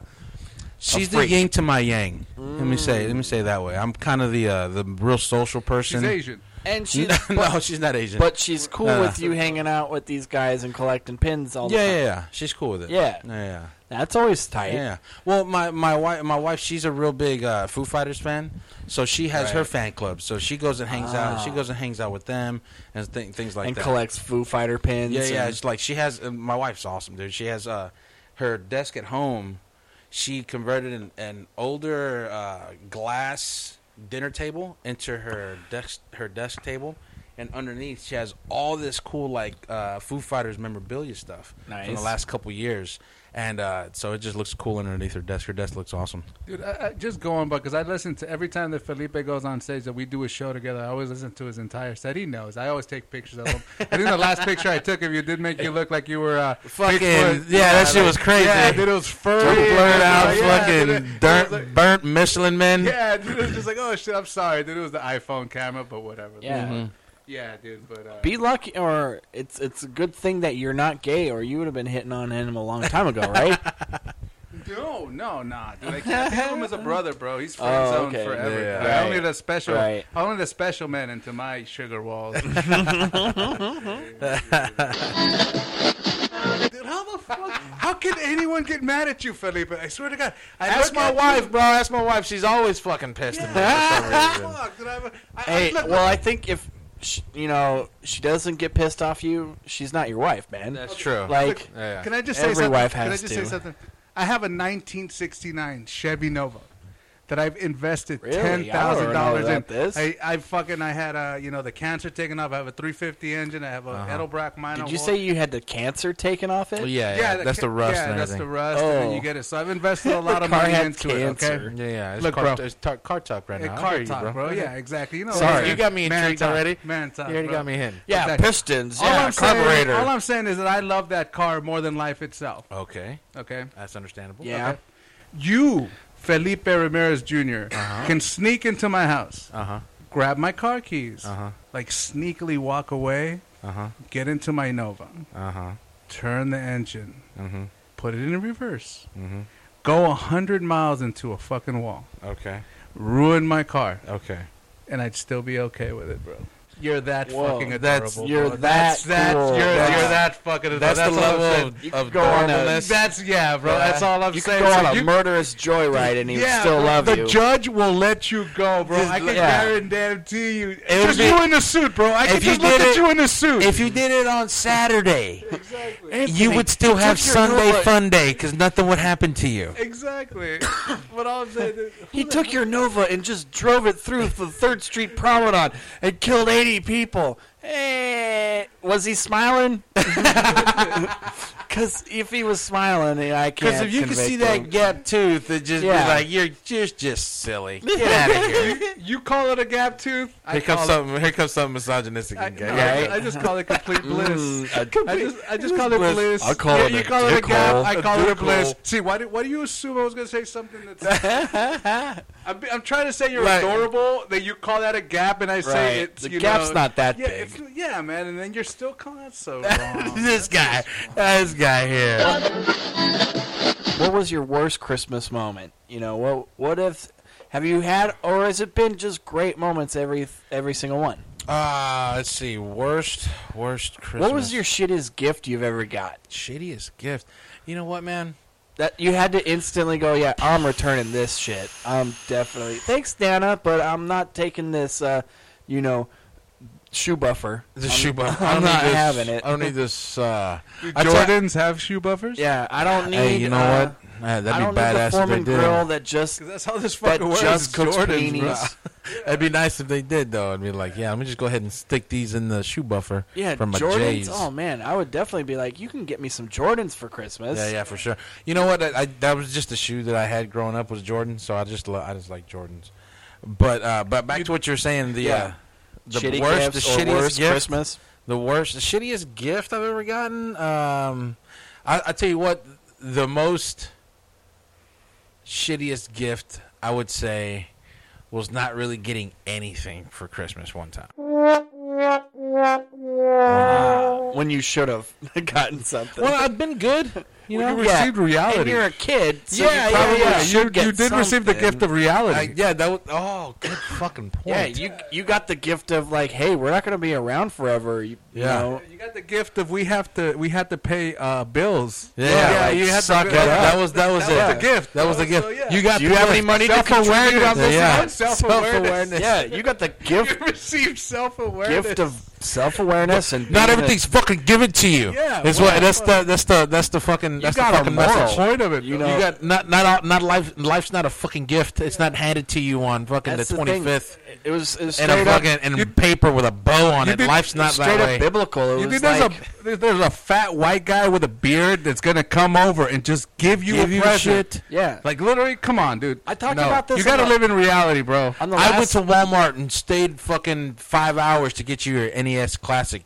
E: She's the
F: freak.
E: yin to my yang. Let me say. Let me say it that way. I'm kind of the uh, the real social person.
D: She's Asian.
F: And she
E: [LAUGHS]
F: [LAUGHS]
E: no, she's not Asian.
F: but she's cool
E: No, no.
F: with you hanging out with these guys and collecting pins all the
E: yeah,
F: time.
E: yeah, yeah, she's cool with it.
F: Yeah.
E: yeah. yeah.
F: That's always tight.
E: Yeah. Well, my my wife, my wife, she's a real big uh, Foo Fighters fan, so she has her fan club. So she goes and hangs out. She goes and hangs out with them and th- things like
F: Ah. and
E: that.
F: collects Foo Fighter pins.
E: yeah, yeah.
F: and-
E: It's like she has. uh, My wife's awesome, dude. She has uh, her desk at home. She converted an, an older uh, glass dinner table into her desk her desk table. And underneath, she has all this cool like uh, Foo Fighters memorabilia stuff from
F: Nice.
E: the last couple years, and uh, so it just looks cool underneath her desk. Her desk looks awesome.
D: Dude, I, I, just going, because I listen to every time that Felipe goes on stage that we do a show together. I always listen to his entire set. He knows. I always take pictures of
E: [LAUGHS]
D: him. I think the last picture I took of you did make you look like you were uh,
E: Fucking-
D: Bigfoot.
E: yeah, that shit was crazy.
D: Yeah, dude, it was furry,
E: blurred
D: Yeah,
E: out,
D: dude,
E: fucking
D: it-
E: burnt,
D: it was like-
E: burnt Michelin men.
D: Yeah, dude, it was just like, oh shit, I'm sorry, dude. It was the iPhone camera, but whatever.
F: Yeah.
E: Mm-hmm.
D: yeah, dude. But uh,
F: Be lucky, or it's it's a good thing that you're not gay, or you would have been hitting on him a long time ago, right?
E: [LAUGHS]
D: No, no, nah,
F: [LAUGHS]
D: dude. I can't think of him as a brother, bro. He's friend
F: Oh,
D: zone
F: okay.
D: forever.
E: Yeah.
D: dude. I
F: Right.
D: only the special,
F: Right.
D: I only the special man into my sugar walls.
F: [LAUGHS]
D: [LAUGHS] dude, how the fuck? How can anyone get mad at you, Felipe? I swear to God, I
E: Ask
D: look
E: my
D: at
E: wife, bro. Ask my wife. She's always fucking pissed at me. [LAUGHS]
D: you, fuck, dude, I'm a- I- I
F: hey,
D: look-
F: well, I think if sh you know she doesn't get pissed off you, she's not your wife, man.
E: That's true.
F: like
E: yeah.
D: Can I just
F: Every
D: say something?
F: wife
D: Can I
F: has
D: just
F: to.
D: say something? I have a 1969 Chevy Nova that I've invested
F: Really? I
D: ten
F: don't
D: thousand dollars
F: know
D: in.
F: about this.
D: I, I fucking I had a you know the cancer taken off. I have a 350 engine. I have a Edelbrock minor.
F: Uh-huh. did you
D: wall.
F: say you had the cancer taken off it?
E: Well, yeah, yeah,
D: the
E: that's
D: ca-
E: the rust
D: Yeah,
E: and
D: that's the
E: everything.
D: rust, and then
F: Oh.
D: you get it. So I've invested
F: [LAUGHS]
D: a lot
F: The
D: of
F: car
D: money
F: had
D: into it.
F: cancer.
D: Okay.
E: yeah, yeah. It's
D: Look,
E: car,
D: bro.
E: It's tar- car talk right
D: Hey,
E: now. I
D: car
E: hear you,
D: talk,
E: bro.
D: bro. Yeah, exactly. You know,
E: Sorry.
D: what I'm
E: You
D: saying.
E: got me
D: man
E: intrigued
D: talk.
E: already.
D: Man talk.
E: You already
D: bro.
E: got me in.
F: Yeah,
D: Exactly.
F: pistons.
D: All
F: yeah,
D: I'm saying,
F: carburetor.
D: all I'm saying is that I love that car more than life itself.
E: Okay,
D: Okay.
E: that's understandable.
F: yeah,
D: Okay. you, Felipe Ramirez junior
F: Uh-huh.
D: can sneak into my house,
E: Uh huh.
D: grab my car keys,
E: Uh-huh.
D: like sneakily walk away,
F: Uh-huh.
E: Uh huh.
D: get into my Nova,
E: Uh huh.
D: turn the engine,
F: Mm-hmm.
E: Mhm.
D: put it in reverse, go a 100 miles into a fucking wall,
E: Okay.
D: ruin my car,
E: Okay.
D: and I'd still be okay with it, bro. You're that
F: Whoa,
D: fucking
E: that's-
D: adorable.
F: You're
D: bro.
F: that
D: That's, that's,
F: cool.
D: you're,
F: That's-
D: you're that fucking adorable.
E: That's, the
D: all I'm
E: level
D: saying.
E: of, of
F: go on a-
E: adorableness.
D: That's yeah, bro. That's all I'm
F: you
D: saying.
F: could go on
D: So
F: a
D: you-
F: murderous joyride and he would
D: yeah,
F: still
D: bro,
F: love
D: the
F: you.
D: judge will let you go, bro.
E: Just
D: I can
E: let- yeah.
D: guarantee you.
E: would
D: Just
E: be-
D: you in a suit, bro. I can
E: If you
D: just look
E: did
D: at
E: it-
D: you in a suit.
E: If you did it on Saturday, you would still have
F: your
E: Sunday
F: Nova-
E: fun day because nothing would happen to you.
D: exactly. but all I'm saying is,
F: He took your Nova and just drove it through the Third Street Promenade and killed eighty people. Eh, was he smiling? [LAUGHS] Because if he was smiling, I can't.
E: Because if you could
F: convict
E: see
F: him.
E: that gap tooth, it just
F: Yeah.
E: be like you're just just silly. Get out of here.
D: you call it a gap tooth. I
E: Here comes
D: call
E: something. Here comes something misogynistic
D: It, I,
E: and gay.
D: no,
E: Right?
D: I just call it complete bliss. I just, I just call it
E: bliss.
D: bliss.
E: I call
D: Yeah,
E: it
D: you
E: a
D: call it a
E: dickhole.
D: gap. I
E: A
D: call it a
E: dickhole.
D: bliss. See, why do, why do you assume I was going to say something that's?
E: [LAUGHS]
D: I'm, be- I'm trying to say you're
E: Right.
D: adorable. That you call that a gap, and I
F: Right.
D: say it's
F: The
D: you
F: gap's
D: know-
F: not that
D: yeah,
F: big.
D: if- yeah, man, and then you're still calling that
E: [LAUGHS]
D: so wrong.
E: this guy, this guy here.
F: what was your worst Christmas moment? You know, what what if have you had or has it been just great moments every every single one?
E: Ah, let's see. Worst, worst Christmas.
F: What was your shittiest gift you've ever got?
E: shittiest gift? You know what, man?
F: That you had to instantly go, yeah, I'm returning this shit. I'm definitely thanks, Dana, but I'm not taking this. Uh, you know, shoe buffer.
E: The shoe [LAUGHS] buffer.
F: I'm
E: I don't need
F: not
E: this-
F: having it.
E: I don't need this. Uh, I tell-
D: Jordans have shoe buffers.
F: Yeah, I don't need.
E: Hey, you know
F: uh,
E: what? Man,
F: I
E: that'd
F: don't
E: be
F: need the
E: badass if
F: Foreman
E: they did. [LAUGHS]
F: grill that just
D: that's how this
F: that
D: fucking works.
F: just
D: it's
F: cooks
D: Jordans, bro.
F: paninis.
E: It'd be nice if they did, though. I'd be like, yeah, I'm gonna just go ahead and stick these in the shoe buffer.
F: Yeah,
E: from my
F: Jordans.
E: J's.
F: Oh man, I would definitely be like, you can get me some Jordans for Christmas.
E: Yeah, yeah, for sure. You know what? I, I, that was just a shoe that I had growing up was Jordan, so I just lo- I just like Jordans. But uh, but back to what you're saying, the uh,
F: Yeah.
E: the
F: Shitty
E: worst, the
F: gifts or
E: shittiest
F: worst
E: gift,
F: Christmas.
E: the worst, the shittiest gift I've ever gotten. Um, I, I tell you what, the most shittiest gift I would say was not really getting anything for Christmas one time.
F: when you should have [LAUGHS] gotten something.
E: Well, I've been good. You know,
D: you received reality.
F: and you're a kid, so
E: Yeah,
F: you
E: yeah,
F: probably
E: yeah.
F: should
D: You,
F: get
D: you did receive the
F: something.
D: gift of reality.
E: I, yeah, that was oh, good fucking point.
F: Yeah, you you got the gift of like, hey, we're not going to be around forever. You, you
E: Yeah.
F: know?
D: You got the gift of we have to we had to pay uh, bills.
E: Yeah,
D: [LAUGHS] yeah, you had
E: suck
D: to
E: it. That was that was
D: That
E: it.
D: was the gift.
E: That was the
D: So,
E: gift.
D: yeah.
E: You got
F: Do you have any money to contribute?
D: I'm
E: Yeah.
D: yeah.
E: Self-awareness.
D: self-awareness.
F: Yeah, you got the
E: [LAUGHS]
F: gift
D: You received self-awareness.
F: gift of self awareness and
E: Not
F: being a-
E: everything's fucking given to you.
D: Yeah,
E: that's
D: well,
E: what. That's the. That's the. That's the fucking. That's
F: got a
E: the fucking
F: moral.
E: message.
D: point of it.
F: You
D: You
F: know,
D: know,
E: You got not not all- not life. Life's not a fucking gift. It's not handed to you on fucking
F: that's
E: the
F: the thing.
E: twenty fifth
F: It was, it was
E: and a
F: straight up,
E: fucking and paper with a bow on
D: you
E: it.
D: did-
E: Life's not
F: straight
E: that way.
F: up biblical. It
D: you
F: was
D: think there's
F: like,
D: a there- there's a fat white guy with a beard that's gonna come over and just give you
E: Give
D: a
E: you
D: present.
E: shit.
F: yeah.
D: Like literally, come on, dude.
F: I talked
D: No.
F: about this
D: You
F: on
D: gotta
F: the-
D: live in reality, bro.
F: on the
E: I went
F: last-
E: to Walmart and stayed fucking five hours to get you your NES Classic.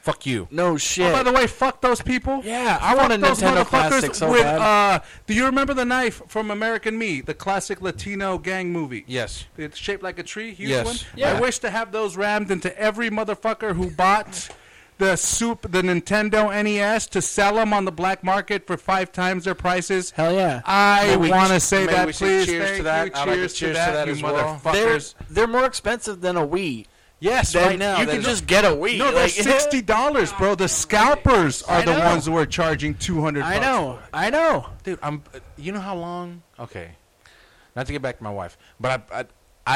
E: Fuck you.
F: no shit.
D: Oh, by the way, fuck those people.
F: Yeah, I
D: Fuck
F: want a
D: those
F: Nintendo
D: motherfuckers
F: Classic so
D: with,
F: bad.
D: Uh, do you remember the knife from American Me, the classic Latino gang movie?
E: Yes.
D: It's shaped like a tree, huge
E: Yes.
D: one.
E: Yeah.
D: I wish to have those rammed into every motherfucker who bought the soup, the Nintendo NES, to sell them on the black market for five times their prices.
F: Hell yeah.
D: I
E: May we-
D: want to say
E: may
D: that,
E: we say
D: please.
E: cheers
D: Thank
E: to that?
D: you.
E: I'd like to
D: Cheers,
E: cheers to
D: to that,
E: that
D: you
E: as well.
D: motherfuckers.
F: they're, they're more expensive than a Wii.
D: Yes,
F: Then
D: right now
F: you
D: they
F: can
D: don't-
F: just get a Wii.
D: No, they're
F: Like- [LAUGHS]
D: sixty dollars, bro. The scalpers are the
F: know.
D: ones who are charging two hundred.
F: I know, I know.
E: dude i'm uh, you know how long okay not to get back to my wife but i i,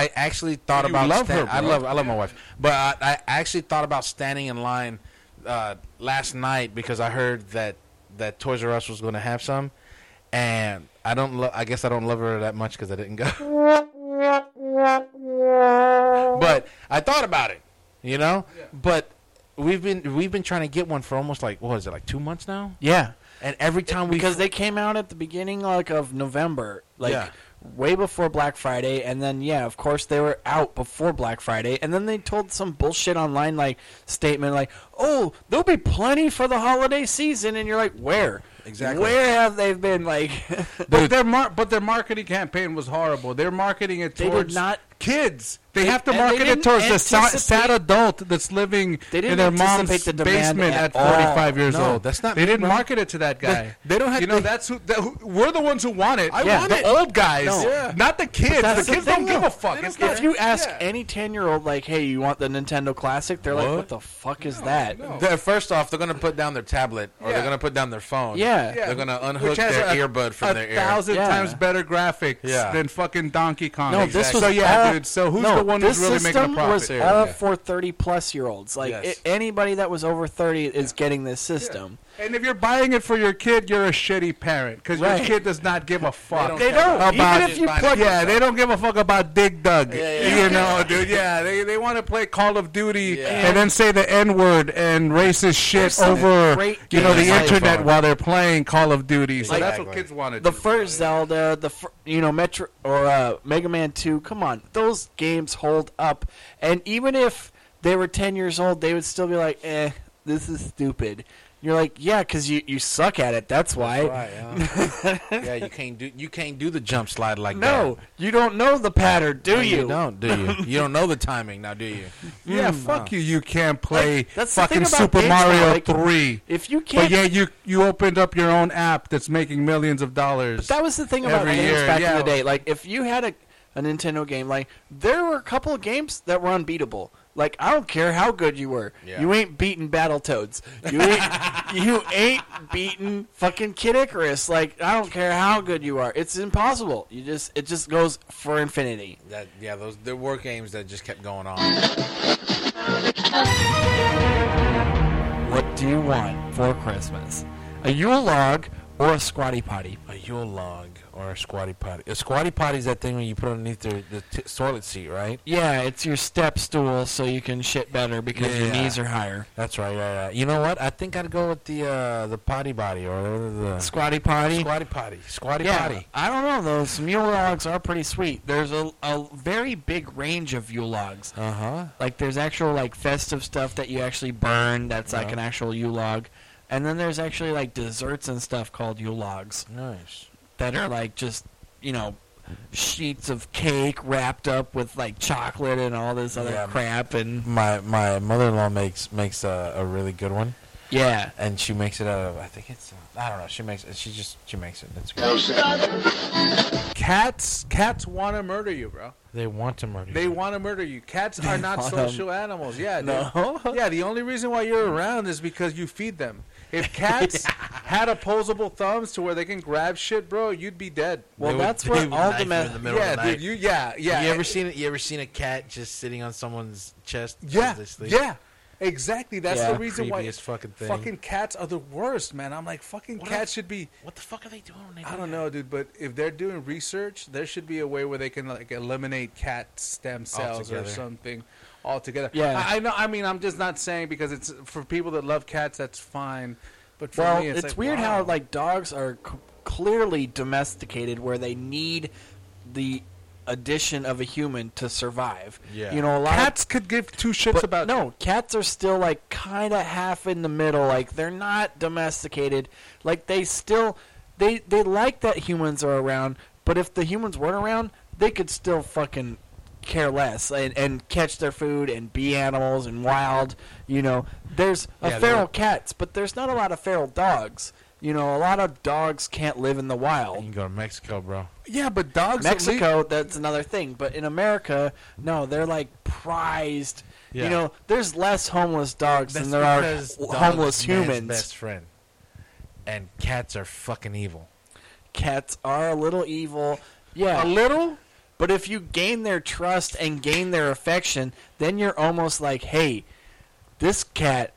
E: I actually thought
D: You
E: about
D: love her,
E: i
D: bro.
E: love i love my wife but i, I actually thought about standing in line uh, last night because i heard that that toys r us was going to have some and i don't lo- i guess i don't love her that much because i didn't go [LAUGHS] but i thought about it you know but we've been we've been trying to get one for almost like what is it like two months now
F: Yeah,
E: and every time we
F: because they came out at the beginning like of November, like
E: Yeah.
F: way before Black Friday, and then yeah, of course they were out before Black Friday, and then they told some bullshit online like statement like, "Oh, there'll be plenty for the holiday season," and you're like, "Where
E: Exactly.
F: Where have they been?" Like, [LAUGHS]
D: But their mar- but their marketing campaign was horrible. They're marketing it
F: They did
D: towards
F: not
D: kids. They have to
F: and they
D: market it
F: didn't
D: towards the sa-
F: anticipate-
D: sad adult that's living
F: They didn't
D: in their mom's
F: anticipate the demand
D: basement
F: at
D: at,
F: all.
D: 45 years
E: No,
D: old.
E: that's not
D: They
E: me,
D: didn't
E: bro.
D: market it to that guy.
E: They- they don't have-
D: You know,
E: they-
D: that's who, that, who. We're the ones who want it.
E: I
D: yeah.
E: want
D: the
E: it.
D: old guys,
E: No. Yeah.
D: not the kids.
F: that's
D: The
F: the
D: kids
F: thing,
D: don't give
F: though.
D: a fuck.
E: They
D: It's
E: don't
D: not
F: If you ask
D: yeah.
F: any 10 year old, like, hey, you want the Nintendo Classic? They're like,
E: What?
F: what the fuck is that?
E: They're- first off, they're gonna put down their tablet or
D: Yeah.
E: they're gonna put down their phone.
F: Yeah.
D: Yeah.
E: they're gonna
D: Which
E: unhook
D: has
E: their
D: a-
E: earbud from
D: a
E: their ear.
D: thousand
F: Yeah.
D: times better graphics
E: Yeah.
D: than fucking Donkey Kong.
F: No, this was
D: so yeah,
F: all-
D: dude. So who's
F: no,
D: the one who's
F: this
D: really making a
F: system
D: profit?
F: was
E: here?
F: all
E: Yeah.
F: for 30 plus year olds. Like,
E: Yes.
F: it- anybody that was over 30 is getting this system.
D: And if you're buying it for your kid, you're a shitty parent because
F: Right.
D: your kid does not give a fuck.
E: They don't.
D: About
E: Even if you plug-
D: yeah, they don't give a fuck about Dig Dug.
E: yeah,
D: You know, dude. Yeah, they, they want to play Call of Duty
E: Yeah.
D: and then say the N word and racist shit
F: some
D: over
F: great
D: you know the
E: games.
D: internet
E: iPhone.
D: while they're playing Call of Duty. So that's what
E: Exactly.
D: kids want to do.
F: The first Zelda, the fir- you know Metro or uh, Mega Man Two. Come on, those games hold up. And even if they were ten years old, they would still be like, "Eh, this is stupid." You're like, "Yeah, because you you suck at it. That's why."
E: [LAUGHS] yeah, you can't do you can't do the jump slide like that.
F: No, you don't know the pattern, do you?
E: don't, do you? You don't know the timing now, do you?
D: yeah, fuck you. You can't
F: Mm.
D: play
F: Like, that's the thing
D: fucking
F: about
D: Super
F: games now,
D: Mario
F: like,
D: Three.
F: If you
D: But
F: can't,
D: yeah, you you opened up your own app that's making millions of dollars.
F: that was the thing about
D: Every
F: games
D: year,
F: back in
D: yeah.
F: the day. Like, if you had a a Nintendo game, like there were a couple of games that were unbeatable. Like I don't care how good you were,
E: Yeah.
F: you ain't beating Battletoads. You ain't [LAUGHS] you ain't beating fucking Kid Icarus. Like I don't care how good you are, it's impossible. You just it just goes for infinity.
E: That yeah, those there were games that just kept going on.
F: What do you want for Christmas? A Yule log or a squatty potty?
E: A Yule log or a squatty potty. A squatty potty's that thing when you put underneath the, the t- toilet seat, right?
F: Yeah, it's your step stool, so you can shit better because your
E: Yeah.
F: knees are higher.
E: That's right, right, right. You know what? I think I'd go with the uh, the potty body or whatever the
F: Squatty potty.
E: squatty potty. Squatty
F: yeah,
E: potty.
F: I don't know though. Some Yule logs are pretty sweet. There's a, a very big range of Yule logs.
E: Uh huh.
F: Like there's actual like festive stuff that you actually burn. That's like an actual Yule log, and then there's actually like desserts and stuff called Yule logs
E: Nice.
F: that are like just you know sheets of cake wrapped up with like chocolate and all this other
E: Yeah.
F: crap and
E: My my mother in law makes makes a, a really good one,
F: yeah.
E: and she makes it out of I think it's uh, I don't know. She makes it. She just she makes it. It's good.
D: Cats, cats want to murder you, bro.
E: They want to murder.
D: They
E: you.
D: want to murder you. Cats are not
F: them.
D: social animals. Yeah, no. [LAUGHS] Yeah, the only reason why you're around is because you feed them. If cats had opposable thumbs to where they can grab shit, bro, you'd be dead.
F: Well, that's where all the men.
D: yeah, dude. You, yeah, yeah. eh,
E: You ever seen it? You ever seen a cat just sitting on someone's chest?
D: Yeah,
E: as they sleep?
D: yeah. Exactly. That's
F: Yeah.
D: the reason why
E: Creepiest fucking thing.
D: fucking cats are the worst, man. I'm like, fucking
E: What
D: cats
E: if-
D: should be.
E: What the fuck are they doing? When they
D: I
E: do
D: don't
E: that?
D: know, dude. But if they're doing research, there should be a way where they can like eliminate cat stem cells or
E: Altogether.
D: something altogether.
F: Yeah.
D: I, I know. I mean, I'm just not saying because it's for people that love cats. That's fine. But for
F: Well,
D: me, it's,
F: it's,
D: like,
F: weird
D: wow.
F: how like dogs are c- clearly domesticated, where they need the addition of a human to survive.
E: Yeah.
F: you know, a lot
D: cats could give two
F: of
D: shits
F: but
D: about.
F: no cats are still like kind of half in the middle. Like they're not domesticated. Like they still they they like that humans are around, but if the humans weren't around, they could still fucking care less and, and catch their food and be animals and wild you know there's a
E: Yeah, they
F: feral
E: were-
F: cats, but there's not a lot of feral dogs. You know, a lot of dogs can't live in the
E: You
F: wild.
E: can go to Mexico, bro.
D: Yeah, but dogs. at least-
F: Mexico, that's another thing. But in America, no, they're like prized.
E: Yeah.
F: You know, there's less homeless dogs
E: That's
F: than there are
E: because
F: w-
E: dogs
F: homeless
E: man's
F: humans.
E: Best friend, and cats are fucking evil.
F: Cats are a little evil. Yeah.
D: a little.
F: But if you gain their trust and gain their affection, then you're almost like, hey, this cat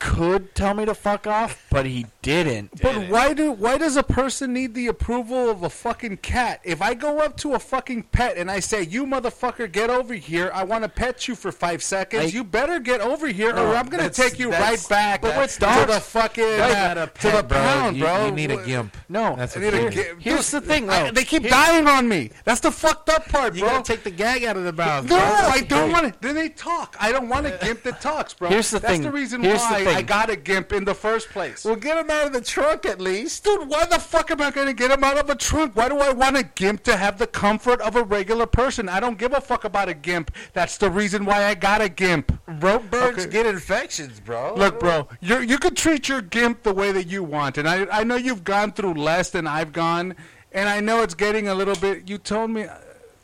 F: could tell me to fuck off, but he didn't.
D: But why do why does a person need the approval of a fucking cat? If I go up to a fucking pet and I say, "You motherfucker, get over here! I want to pet you for five seconds.
F: Like-
D: you better get over here, or I'm gonna
E: that's-
D: take you
E: that's-
D: right back
F: Oh, but with
D: to
F: dogs-
D: the fucking
E: Not
D: uh,
E: a
D: to the
E: pet, bro.
D: pound,
E: you,
D: bro.
E: You need a
D: Wh-
E: gimp.
F: No,
E: that's
D: I
E: what
D: need
E: you
D: a
E: need.
D: gimp.
F: Here's the thing,
D: I-
F: though.
D: they keep
F: Here-
D: dying on me. That's the fucked up part,
E: You
D: bro.
E: gotta take the gag out of the mouth.
D: No,
E: bro.
D: I don't want to. Then they talk. I don't want a gimp that talks, bro.
F: Here's the
D: That's
F: thing.
D: the reason
F: Here's the
D: why
F: thing.
D: I got a gimp in the first place.
E: Well, get him
D: out of the trunk at least. Dude, why the fuck am I going to get him out of a trunk? Why do I want a gimp to have the comfort of a regular person? I don't give a fuck about a gimp. That's the reason why I got a gimp.
C: Rope birds get infections, bro.
D: Look, bro, you you could treat your gimp the way that you want, and I I know you've gone through less than I've gone, and I know it's getting a little bit. You told me uh,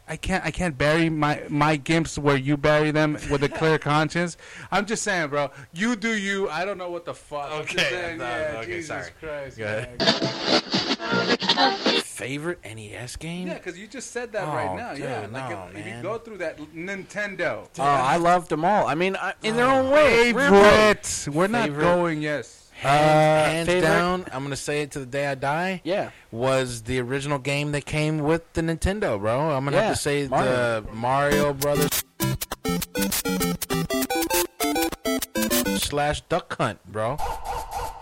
D: I can't I can't bury my my gimps where you bury them with
C: [LAUGHS]
D: a clear conscience. I'm just saying, bro, you do you. I don't know what the fuck. I'm just
C: Okay,
D: saying,
C: no,
D: yeah,
C: okay,
D: Jesus
C: sorry.
D: Christ,
C: Go ahead.
D: man.
E: Favorite NES game?
D: Yeah, because you just said that right
E: Oh,
D: now.
E: dude,
D: Yeah, like
E: no,
D: if, if you
E: man.
D: go through that Nintendo.
F: Oh, I loved them all. I mean, I, in their own way. We're-
D: Favorite. We're not
E: Favorite.
D: going. Yes.
E: hands, hands
F: Uh, favorite-
E: down, I'm gonna say it to the day I die.
F: Yeah.
E: was the original game that came with the Nintendo, bro. I'm gonna
F: Yeah,
E: have to say
F: Mario.
E: the Mario Brothers slash Duck Hunt, bro.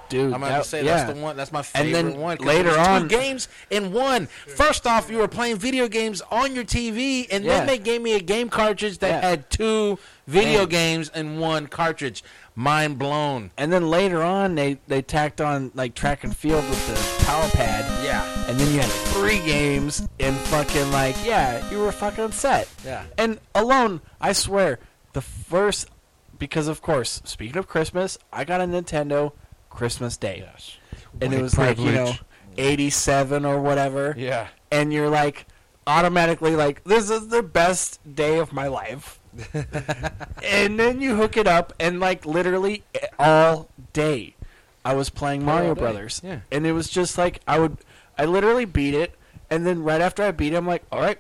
F: Dude,
E: I'm gonna have
F: that-
E: to say
F: yeah.
E: that's the one. That's my
F: And
E: favorite
F: then
E: one. 'cause
F: later
E: it was two
F: on-
E: games in one. First off, you were playing video games on your TV, and
F: Yeah.
E: then they gave me a game cartridge that
F: Yeah.
E: had two video
F: Games.
E: games in one cartridge. Mind blown.
F: And then later on, they, they tacked on like track and field with the power pad.
E: Yeah.
F: And then you had three games and fucking like, yeah, you were fucking set.
E: Yeah.
F: And alone, I swear, the first, because of course, speaking of Christmas, I got a Nintendo Christmas Day. Yes. And it was like, you know, 87 or whatever.
E: Yeah.
F: And you're like, automatically like, this is the best day of my
D: [LAUGHS]
F: life. and then you hook it up and like literally all day I was playing Mario Brothers.
E: yeah.
F: And it was just like I would I literally beat it and then right after I beat it I'm like, all right,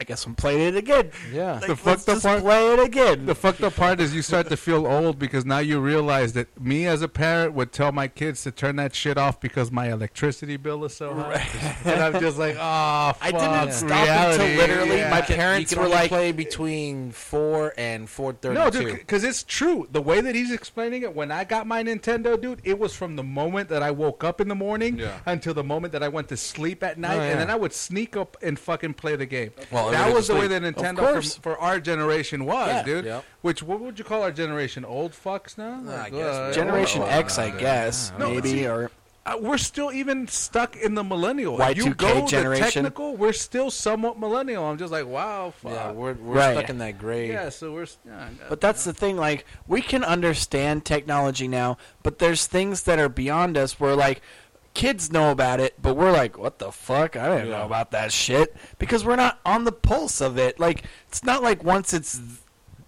F: I guess I'm playing it again.
E: Yeah.
F: Like,
D: The
F: let's
D: fucked up
F: just
D: part-
F: play it again.
D: [LAUGHS] The fucked up part is you start to feel old because now you realize that me as a parent would tell my kids to turn that shit off because my electricity bill is so high. And I'm just like, oh, fuck,
F: [LAUGHS] I didn't stop
D: reality.
F: until literally
D: Yeah.
F: my
E: You can-
F: parents
E: you can
F: were
E: only
F: like
E: play between four and four thirty-two.
D: No, dude, because it's true. The way that he's explaining it, when I got my Nintendo, dude, it was from the moment that I woke up in the morning
E: Yeah.
D: until the moment that I went to sleep at night,
E: yeah.
D: and then I would sneak up and fucking play the game.
E: Well,
D: that
E: everybody
D: was the
E: could
D: way that
E: sleep.
F: Of
D: Nintendo
F: course.
D: for, for our generation was,
F: Yeah.
D: dude.
E: Yep.
D: Which what would you call our generation? Old fucks now?
E: I guess we-
F: Generation
E: Oh,
F: X, I
E: yeah.
F: guess,
D: No,
F: maybe
D: see,
F: or
D: uh, we're still even stuck in the millennial. If you
F: Y2K
D: go the
F: generation.
D: technical, we're still somewhat millennial. I'm just like, wow, fuck.
E: yeah,
D: Yeah,
E: we're, we're
F: Right.
E: stuck in that gray.
D: so we're. s- Yeah,
F: But that's the thing. Like we can understand technology now, but there's things that are beyond us. Where like kids know about it, but we're like, what the fuck? I didn't know about that shit because we're not on the pulse of it. Like it's not like once it's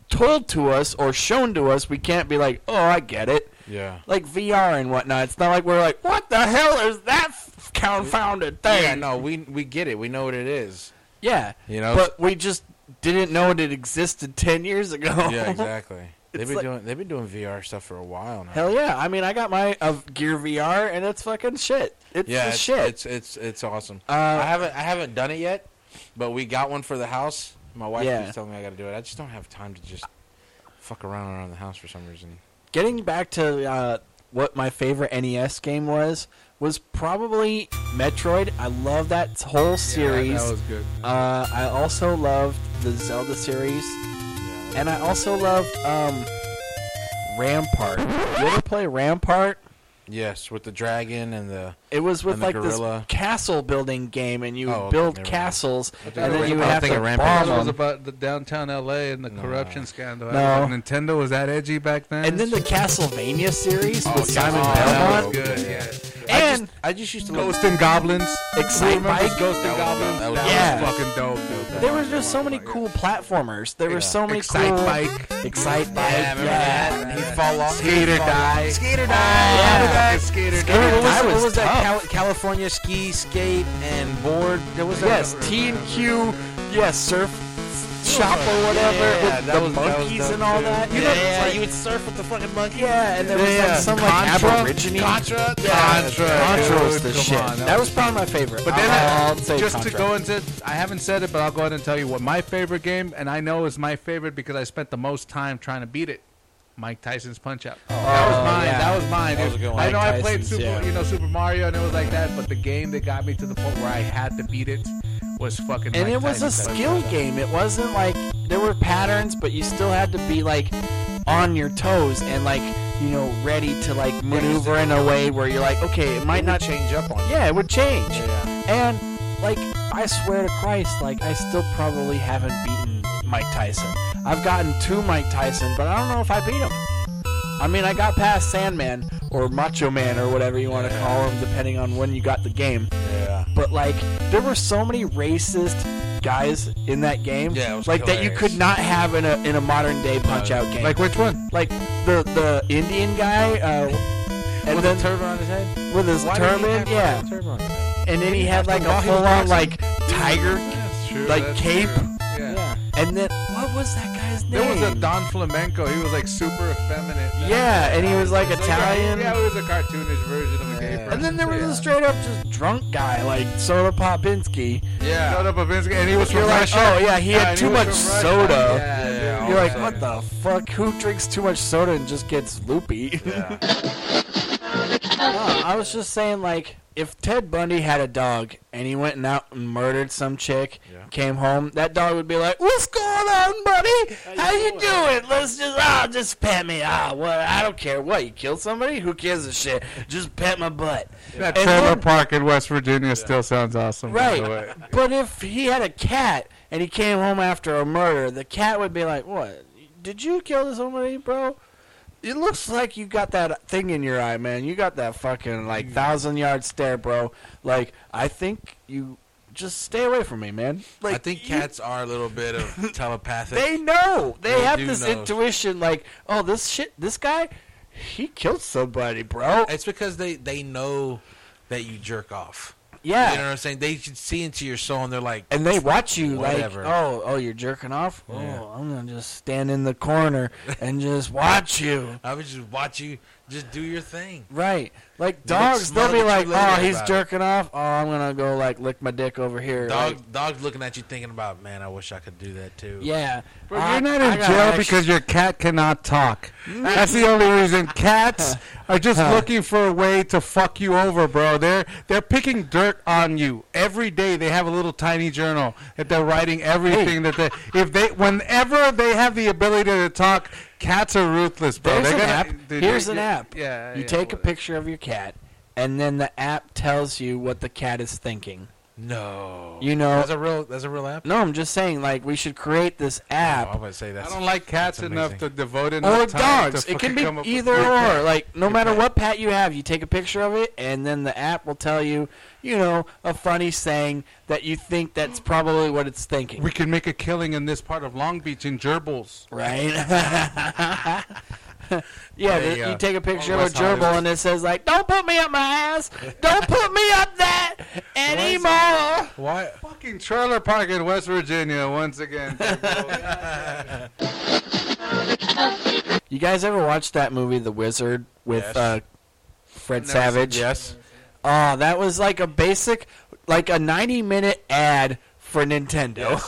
F: told to us or shown to us, we can't be like, oh, I get it.
E: Yeah.
F: Like VR and whatnot. It's not like we're like, what the hell is that f- confounded thing?
E: Yeah, no, we we get it. We know what
F: [LAUGHS]
E: it is.
F: Yeah.
E: You know?
F: But we just didn't know it existed ten years ago.
E: Yeah, exactly. they've
F: It's
E: been
F: like-
E: doing they've been doing VR stuff for a while now.
F: Hell yeah! I mean, I got my uh, Gear VR, and it's fucking shit. It's
E: yeah,
F: the
E: it's,
F: shit. Uh,
E: It's it's it's awesome. I haven't I haven't done it yet, but we got one for the house. My wife
F: Yeah.
E: keeps telling me I got to do it. I just don't have time to just fuck around around the house for some reason.
F: Getting back to uh, what my favorite NES game was was probably Metroid. I love that whole series.
D: that was good.
F: Uh, I also loved the Zelda series, and I also loved um, Rampart. You ever play Rampart?
E: Yes, with the dragon and the
F: It was with
E: And the
F: like
E: gorilla.
F: this castle building game, and you
E: Oh, okay,
F: build
E: never mind.
F: castles, and
D: it
F: then
D: was-
F: you would
D: I
E: was
F: have to
E: thinking
F: bomb
E: Rampart.
D: It was
F: them.
D: about the downtown LA and the corruption scandal.
F: No.
D: I was like, Nintendo was that edgy back then.
F: And then the Castlevania series with Simon
E: Castlevania.
D: that
F: Belmont.
D: was good. Yeah.
F: And
E: I just used to
D: Ghost and Goblins.
F: Excite
D: Remember
F: Bike.
D: Ghost and Goblins.
E: that was-
D: That
F: Yeah.
D: was fucking dope. dude.
F: There were just so many cool platformers. There were so many
D: Excite
F: cool
D: Bike.
F: Excite Bike. Yeah,
E: He fall off.
D: Skater die. Skater die.
F: yeah.
D: Skater
F: Skater
D: die.
E: What was,
F: I
E: what
F: was
E: was
F: tough.
E: that Cal- California ski, skate, and board? There was that
F: Yes, T and Q. Yes, surf shop or whatever
E: Yeah,
F: with
E: that
F: the
E: was- that was
F: monkeys
E: dope
F: and all
E: too.
F: that.
E: You
F: yeah,
E: know, it's like
F: you
E: you
F: would
E: would
F: surf with the fucking monkey. Yeah, and there was
D: Yeah.
F: like some like
D: Contra?
F: aborigine.
E: Contra?
F: Yeah,
D: Contra,
F: Contra was
D: dude,
F: the
D: come
F: shit.
D: on,
F: that,
D: that
F: was probably my favorite. Uh,
D: But then, I-
F: I'll say
D: just to
F: Contra.
D: go into, I haven't said it, but I'll go ahead and tell you what my favorite game, and I know is my favorite because I spent the most time trying to beat it. Mike Tyson's Punch Out. that was mine.
F: Oh, yeah.
D: That was mine.
E: That was a good one.
D: I know
F: Mike
D: I played
F: Tyson's,
D: Super,
F: yeah.
D: you know, Super Mario and it was like that, but the game that got me to the point where I had to beat it was fucking.
F: and
D: Mike
F: it was a
D: Tyson's Punch-Out.
F: skill game. It wasn't like there were patterns, but you still had to be like on your toes and like you know, ready to like maneuver in a way where you're like, okay, it might not change up on. Yeah, it would change. And like, I swear to Christ, like I still probably haven't beaten Mike Tyson. I've gotten to Mike Tyson, but I don't know if I beat him. I mean, I got past Sandman or Macho Man or whatever you want to call him, depending on when you got the game.
E: Yeah.
F: But like, there were so many racist guys in that game,
E: Yeah, it was
F: like that you
E: hilarious.
F: could not have in a in a modern day Punch Out game.
D: Like which one?
F: like the the Indian guy, uh, and
E: With
F: then
E: a turban on his head.
F: with his
E: Why did he have
F: turban,
E: a
F: yeah,
E: turban on his head?
F: and then he had like a
E: while he was
F: full on
E: boxing.
F: like tiger,
D: That's true.
F: like
D: that's
F: cape,
D: true. Yeah.
F: and then what was that guy's name?
D: There was a Don Flamenco. He was like super effeminate.
F: yeah, and he was like
D: It's like a-
F: Italian.
D: yeah, it was a cartoonish version of a gay person.
F: And then there was
D: yeah.
F: a straight up just drunk guy like Soda
D: [LAUGHS]
F: Popinski.
D: Yeah. Soda Babinski, and he was
F: You're
D: from
F: like,
D: Russia.
F: oh yeah, he
D: Yeah,
F: had
D: and
F: too
D: was
F: much
D: from Russia.
F: soda.
D: Yeah, yeah,
F: You're
D: all
F: like,
D: of a
F: what
D: sudden.
F: the fuck? Who drinks too much soda and just gets loopy? [LAUGHS] No, I was just saying, like, if Ted Bundy had a dog and he went and out and murdered some chick, came home, that dog would be like, "What's going on, buddy? How you doing? Let's just ah, just pet me. Ah, what? I don't care. What? You killed somebody? Who cares a shit? Just pet my butt."
D: That
F: And
D: trailer
F: then-
D: park in West Virginia still sounds awesome. By the way.
F: Right. But if he had a cat and he came home after a murder, the cat would be like, "What? Did you kill somebody, bro? It looks like you got that thing in your eye, man. You got that fucking
E: Mm.
F: like thousand yard stare, bro. Like I think you just stay away from me, man. Like
E: I think
F: you-
E: cats are a little bit of telepathic. [LAUGHS]
F: they know. They,
E: They
F: have
E: do
F: this
E: know.
F: intuition. Like, oh, this shit, this guy, he killed somebody, bro.
E: It's because they they know that you jerk off.
F: yeah.
E: You know what I'm saying? They can see into your soul and they're like,
F: and they watch you
E: Whatever.
F: like, oh, oh, you're jerking off. Oh, I'm gonna just stand in the corner and just watch you.
E: I would just watch you, just do your thing.
F: Right, like
E: They'll
F: dogs,
E: smell
F: they'll be
E: that
F: like,
E: you
F: oh,
E: later
F: he's
E: about it."
F: jerking off. Oh, I'm gonna go like lick my dick over here.
E: Dog,
F: like,
E: dog's looking at you, thinking about, man, I wish I could do that too.
F: yeah,
D: But
F: I-
D: you're not
F: I
D: in
F: got Mm.
D: jail
F: extra-
D: because your cat cannot talk. That's the only reason.
F: [LAUGHS]
D: Cats are just looking for a way to fuck you over, bro. They're they're picking dirt on you every day. They have a little tiny journal that they're writing everything that they if they whenever they have the ability to talk. Cats are ruthless, bro.
F: There's
D: They're
F: an
D: gonna-
F: app.
D: dude,
F: Here's
D: you-
F: an
D: you-
F: app.
D: Yeah,
F: you
D: yeah,
F: take a
D: whatever.
F: picture of your cat, and then the app tells you what the cat is thinking.
E: No.
F: You know,
E: That's a real. That's a real app.
F: no, I'm just saying, like, we should create this app.
E: I'm gonna say
D: I
E: that's.
D: don't like cats
E: that's
D: enough to
E: amazing.
D: devote enough
F: or
D: time
F: dogs.
D: To
F: It can
D: fucking
F: be
D: come up with-
F: either or. Like no matter what pet you have, you take a picture of it, and then the app will tell you, you know, a funny saying that you think that's probably what it's thinking.
D: We can make a killing in this part of Long Beach in gerbils.
F: right? [LAUGHS] yeah,
E: There you
F: you,
E: go.
F: you take a picture
D: Or
F: of a
D: West
F: gerbil
D: Hollywood.
F: and it says like, "Don't put me up my ass. Don't put me up
D: [LAUGHS]
F: that anymore."
E: Why?
D: Fucking trailer park in West Virginia once [LAUGHS] again.
F: You guys ever watched that movie, The Wizard, with uh, Fred Savage?
E: Yes.
F: Oh, that was like a basic, like a 90 minute ad for Nintendo.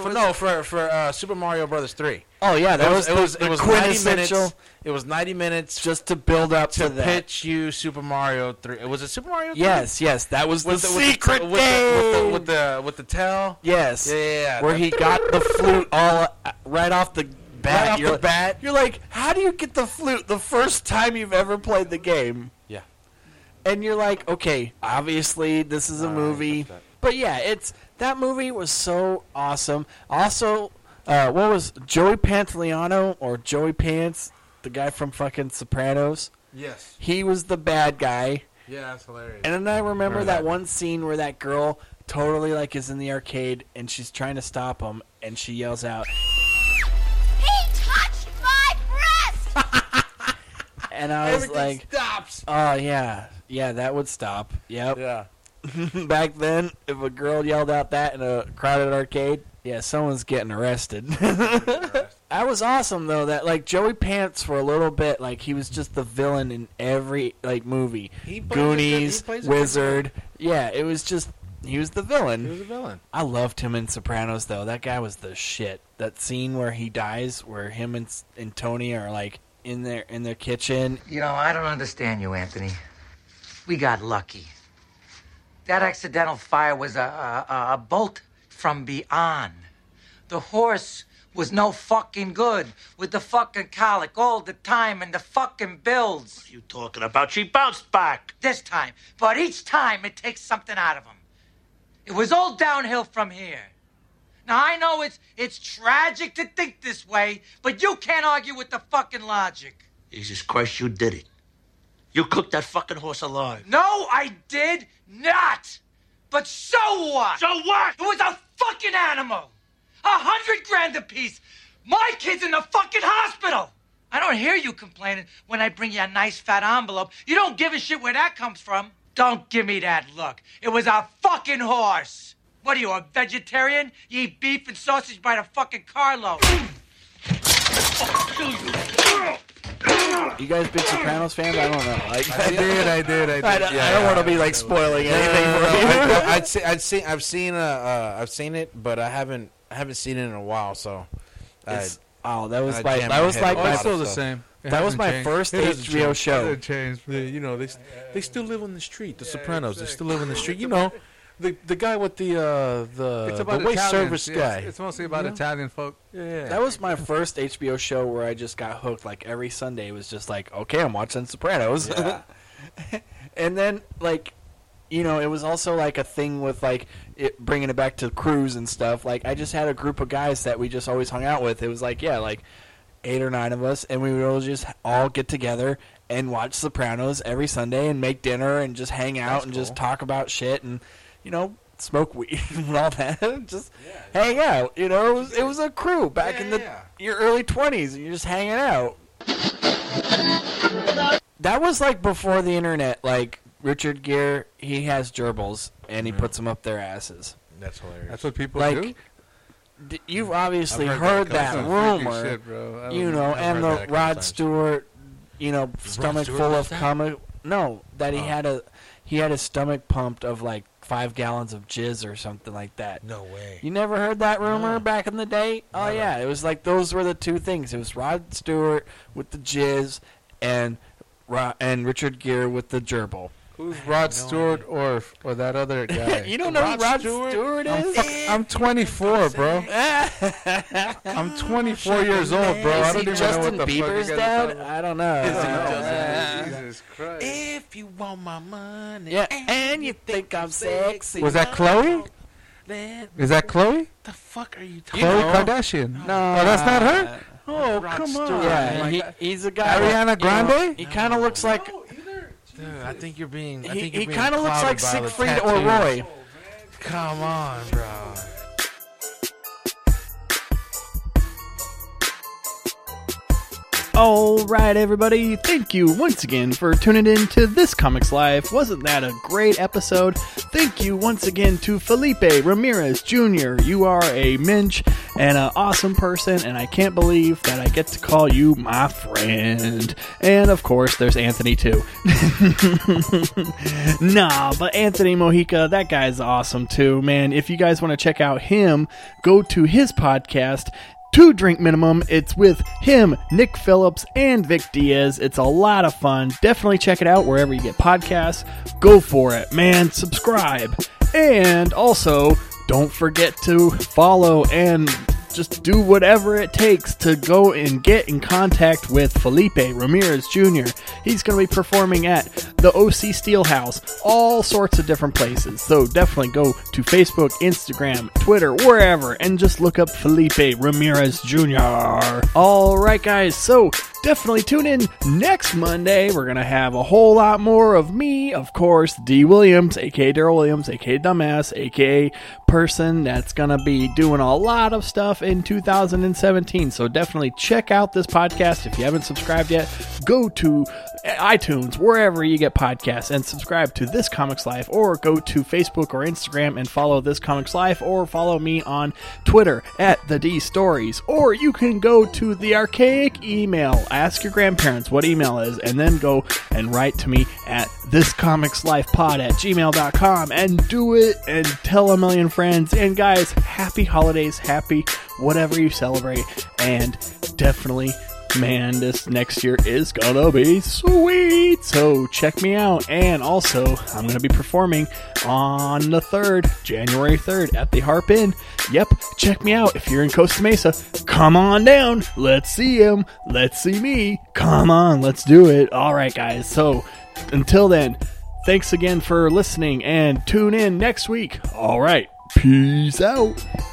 E: For, no, for for uh, Super Mario Brothers three.
F: [LAUGHS] oh, yeah, that
E: It
F: was,
E: was it was
F: the,
E: it was
F: the
E: ninety minutes.
F: quintessential
E: It was ninety minutes
F: just to build up to,
E: to
F: that.
E: pitch you Super Mario three. Was it Super Mario? 3?
F: Yes, yes, that was
E: With
F: the,
E: the,
F: secret
E: with the,
F: game.
E: with the with the with the tail.
F: yes.
E: Yeah.
F: Where he got the flute all uh, right off the bat.
E: off
F: you're
E: the
F: like,
E: bat.
F: You're like, how do you get the flute the first time you've ever played the game?
E: Yeah.
F: and you're like, okay, obviously this is a movie, but yeah, it's that movie was so awesome. Also, uh, what was Joey Pantoliano or Joey Pants, the guy from fucking Sopranos?
E: Yes.
F: He was the bad guy,
E: Yeah, that's hilarious.
F: and then I remember that one scene where that girl totally like is in the arcade and she's trying to stop him, and she yells out,
H: He touched my breast!
F: and I was like,
E: stops.
F: oh yeah, yeah, that would stop. Yep.
E: Yeah.
F: [LAUGHS] back then, if a girl yelled out that in a crowded arcade, yeah, someone's getting arrested. [LAUGHS] that was awesome though. That like Joey Pants for a little bit, like he was just the villain in every like movie.
E: He plays a good- he
F: Goonies,
E: plays a good
F: Wizard. Yeah, it was just he was the
E: He
F: villain.
E: was a villain.
F: I loved him in Sopranos though. That guy was the shit. That scene where he dies, where him and, S- and Tony are like in their in their kitchen.
I: You know, I don't understand you, Anthony. We got lucky. That accidental fire was a, a, a bolt from beyond. The horse was no fucking good with the fucking colic all the time and the fucking builds.
J: You talking about? She bounced back.
I: this time, but each time it takes something out of him. It was all downhill from here. Now I know it's it's tragic to think this way, but you can't argue with the fucking logic.
J: Jesus Christ, you did it. You cooked that fucking horse alive.
I: No, I did not. But so what?
J: So what?
I: it was a fucking animal. A hundred grand apiece. My kid's in the fucking hospital. I don't hear you complaining when I bring you a nice fat envelope. You don't give a shit where that comes from. Don't give me that look. It was a fucking horse. What are you, a vegetarian? You eat beef and sausage by the fucking carload.
F: You guys big Sopranos fans? I don't know. I,
C: I did, I did, I did.
F: [LAUGHS] I, don't- I don't want to be like spoiling anything
C: [LAUGHS]
F: for you.
C: I, would say, I'd seen, I've seen, uh, uh, I've seen it, but I haven't, I haven't seen it in a while. So, I,
F: It's- Oh, that was
C: I
F: like
C: jammed
F: that
C: my
F: was
C: head
F: like
C: on
F: my
C: it.
E: Oh, still the
C: stuff.
E: same. It
F: That was
E: hasn't
F: my
E: changed.
F: first
E: It hasn't
F: HBO
E: changed.
F: show.
E: It hasn't changed.
C: The- you know, they s- they still live on the street. The Sopranos, they still live on the street.
E: [LAUGHS]
C: You know, the the guy with the uh, the
E: It's
C: the
E: about
C: waist
E: Italians,
C: service
E: yes.
C: guy.
E: It's mostly about Italian folk.
C: yeah.
F: That was my first HBO show where I just got hooked. Like every Sunday was just like, okay, I'm watching Sopranos. [LAUGHS] and then like, you know, it was also like a thing with like it, bringing it back to cruise and stuff. Like I just had a group of guys that we just always hung out with. It was like yeah, like eight or nine of us, and we would all just all get together and watch Sopranos every Sunday and make dinner and just hang out and just talk about shit and you know. Smoke weed [LAUGHS] and all that. [LAUGHS] Just hang out. You know, it was, it was a crew back in the your early twenties, and you're just hanging out. That was like before the internet. Like Richard Gere, he has gerbils and he puts them up their asses.
C: That's hilarious.
E: That's what people
F: Like,
E: do.
F: D- you've obviously
E: I've
F: heard,
E: heard
F: that,
E: that a couple times.
F: rumor,
E: Freaky shit, bro. I've-
F: you know,
E: I've
F: and
E: heard that a
F: the
E: couple
F: Rod
E: times.
F: Stewart, you know, stomach
E: Stewart
F: full
E: was
F: of
E: that? Oh.
F: comic. No, that he had a he had his stomach pumped of like five gallons of jizz or something like that.
J: No way.
F: You never heard that rumor back in the day? Oh yeah, it was like those were the two things. It was Rod Stewart with the jizz and Ro- and Richard Gere with the gerbil.
E: Who's Rod Stewart or or that
F: [LAUGHS]
E: other guy?
F: You don't know who Rod Stewart,
E: I'm,
F: is?
E: fuck- I'm 24, bro. I'm 24 years old, bro. I
F: is
E: don't
F: he
E: even know what
F: Justin
E: the fuck you
F: Bieber's
E: guys are
F: dad? Uh,
E: talking
F: I don't know.
E: Jesus Christ.
J: If you want my money,
F: yeah, and you think I'm sexy?
E: Was that Chloe?
J: then
E: Is that Chloe?
J: the fuck are you talking?
E: Chloe Kardashian.
F: No,
E: Oh, that's not her? Oh, come on.
F: Yeah, he, he's a guy.
E: Ariana
F: that, you know,
E: Grande?
F: he kind of looks like
C: Dude, I think you're being. I
F: he,
C: think you're
F: he
C: being
F: kind of looks
C: clouded
F: like
C: by the
F: Siegfried or
C: tattoos.
F: Roy.
C: Come on, bro.
A: All right, everybody. Thank you once again for tuning in to this Comics Live. Wasn't that a great episode? Thank you once again to Felipe Ramirez Jr. You are a minch and an awesome person, and I can't believe that I get to call you my friend. And of course, there's Anthony too. [LAUGHS] nah, but Anthony Mojica, that guy's awesome too, man. If you guys want to check out him, go to his podcast Two Drink Minimum. It's with him, Nick Phillips, and Vic Diaz. It's a lot of fun. Definitely check it out wherever you get podcasts. Go for it, man. Subscribe. And also, don't forget to follow and just do whatever it takes to go and get in contact with Felipe Ramirez Jr. He's going to be performing at the OC Steelhouse, all sorts of different places. So definitely go to Facebook, Instagram, Twitter, wherever, and just look up Felipe Ramirez Jr. All right, guys. So definitely tune in next Monday. We're going to have a whole lot more of me, of course, D. Williams, aka Daryl Williams, aka Dumbass, aka person that's going to be doing a lot of stuff in 2017. So definitely check out this podcast. If you haven't subscribed yet, go to iTunes, wherever you get podcasts, and subscribe to This Comics Life, or go to Facebook or Instagram and follow This Comics Life, or follow me on Twitter at The D Stories. Or you can go to the archaic email, ask your grandparents what email is, and then go and write to me at thiscomicslifepod at gmail.com and do it and tell a million friends. And guys, happy holidays, happy whatever you celebrate, and definitely Man, this next year is gonna be sweet. So check me out. And also, I'm gonna be performing on the 3rd, January 3rd, at the Harp Inn. Yep, check me out. If you're in Costa Mesa, come on down. Let's see him. Let's see me. Come on, let's do it. All right, guys. So until then, thanks again for listening and tune in next week. All right, peace out.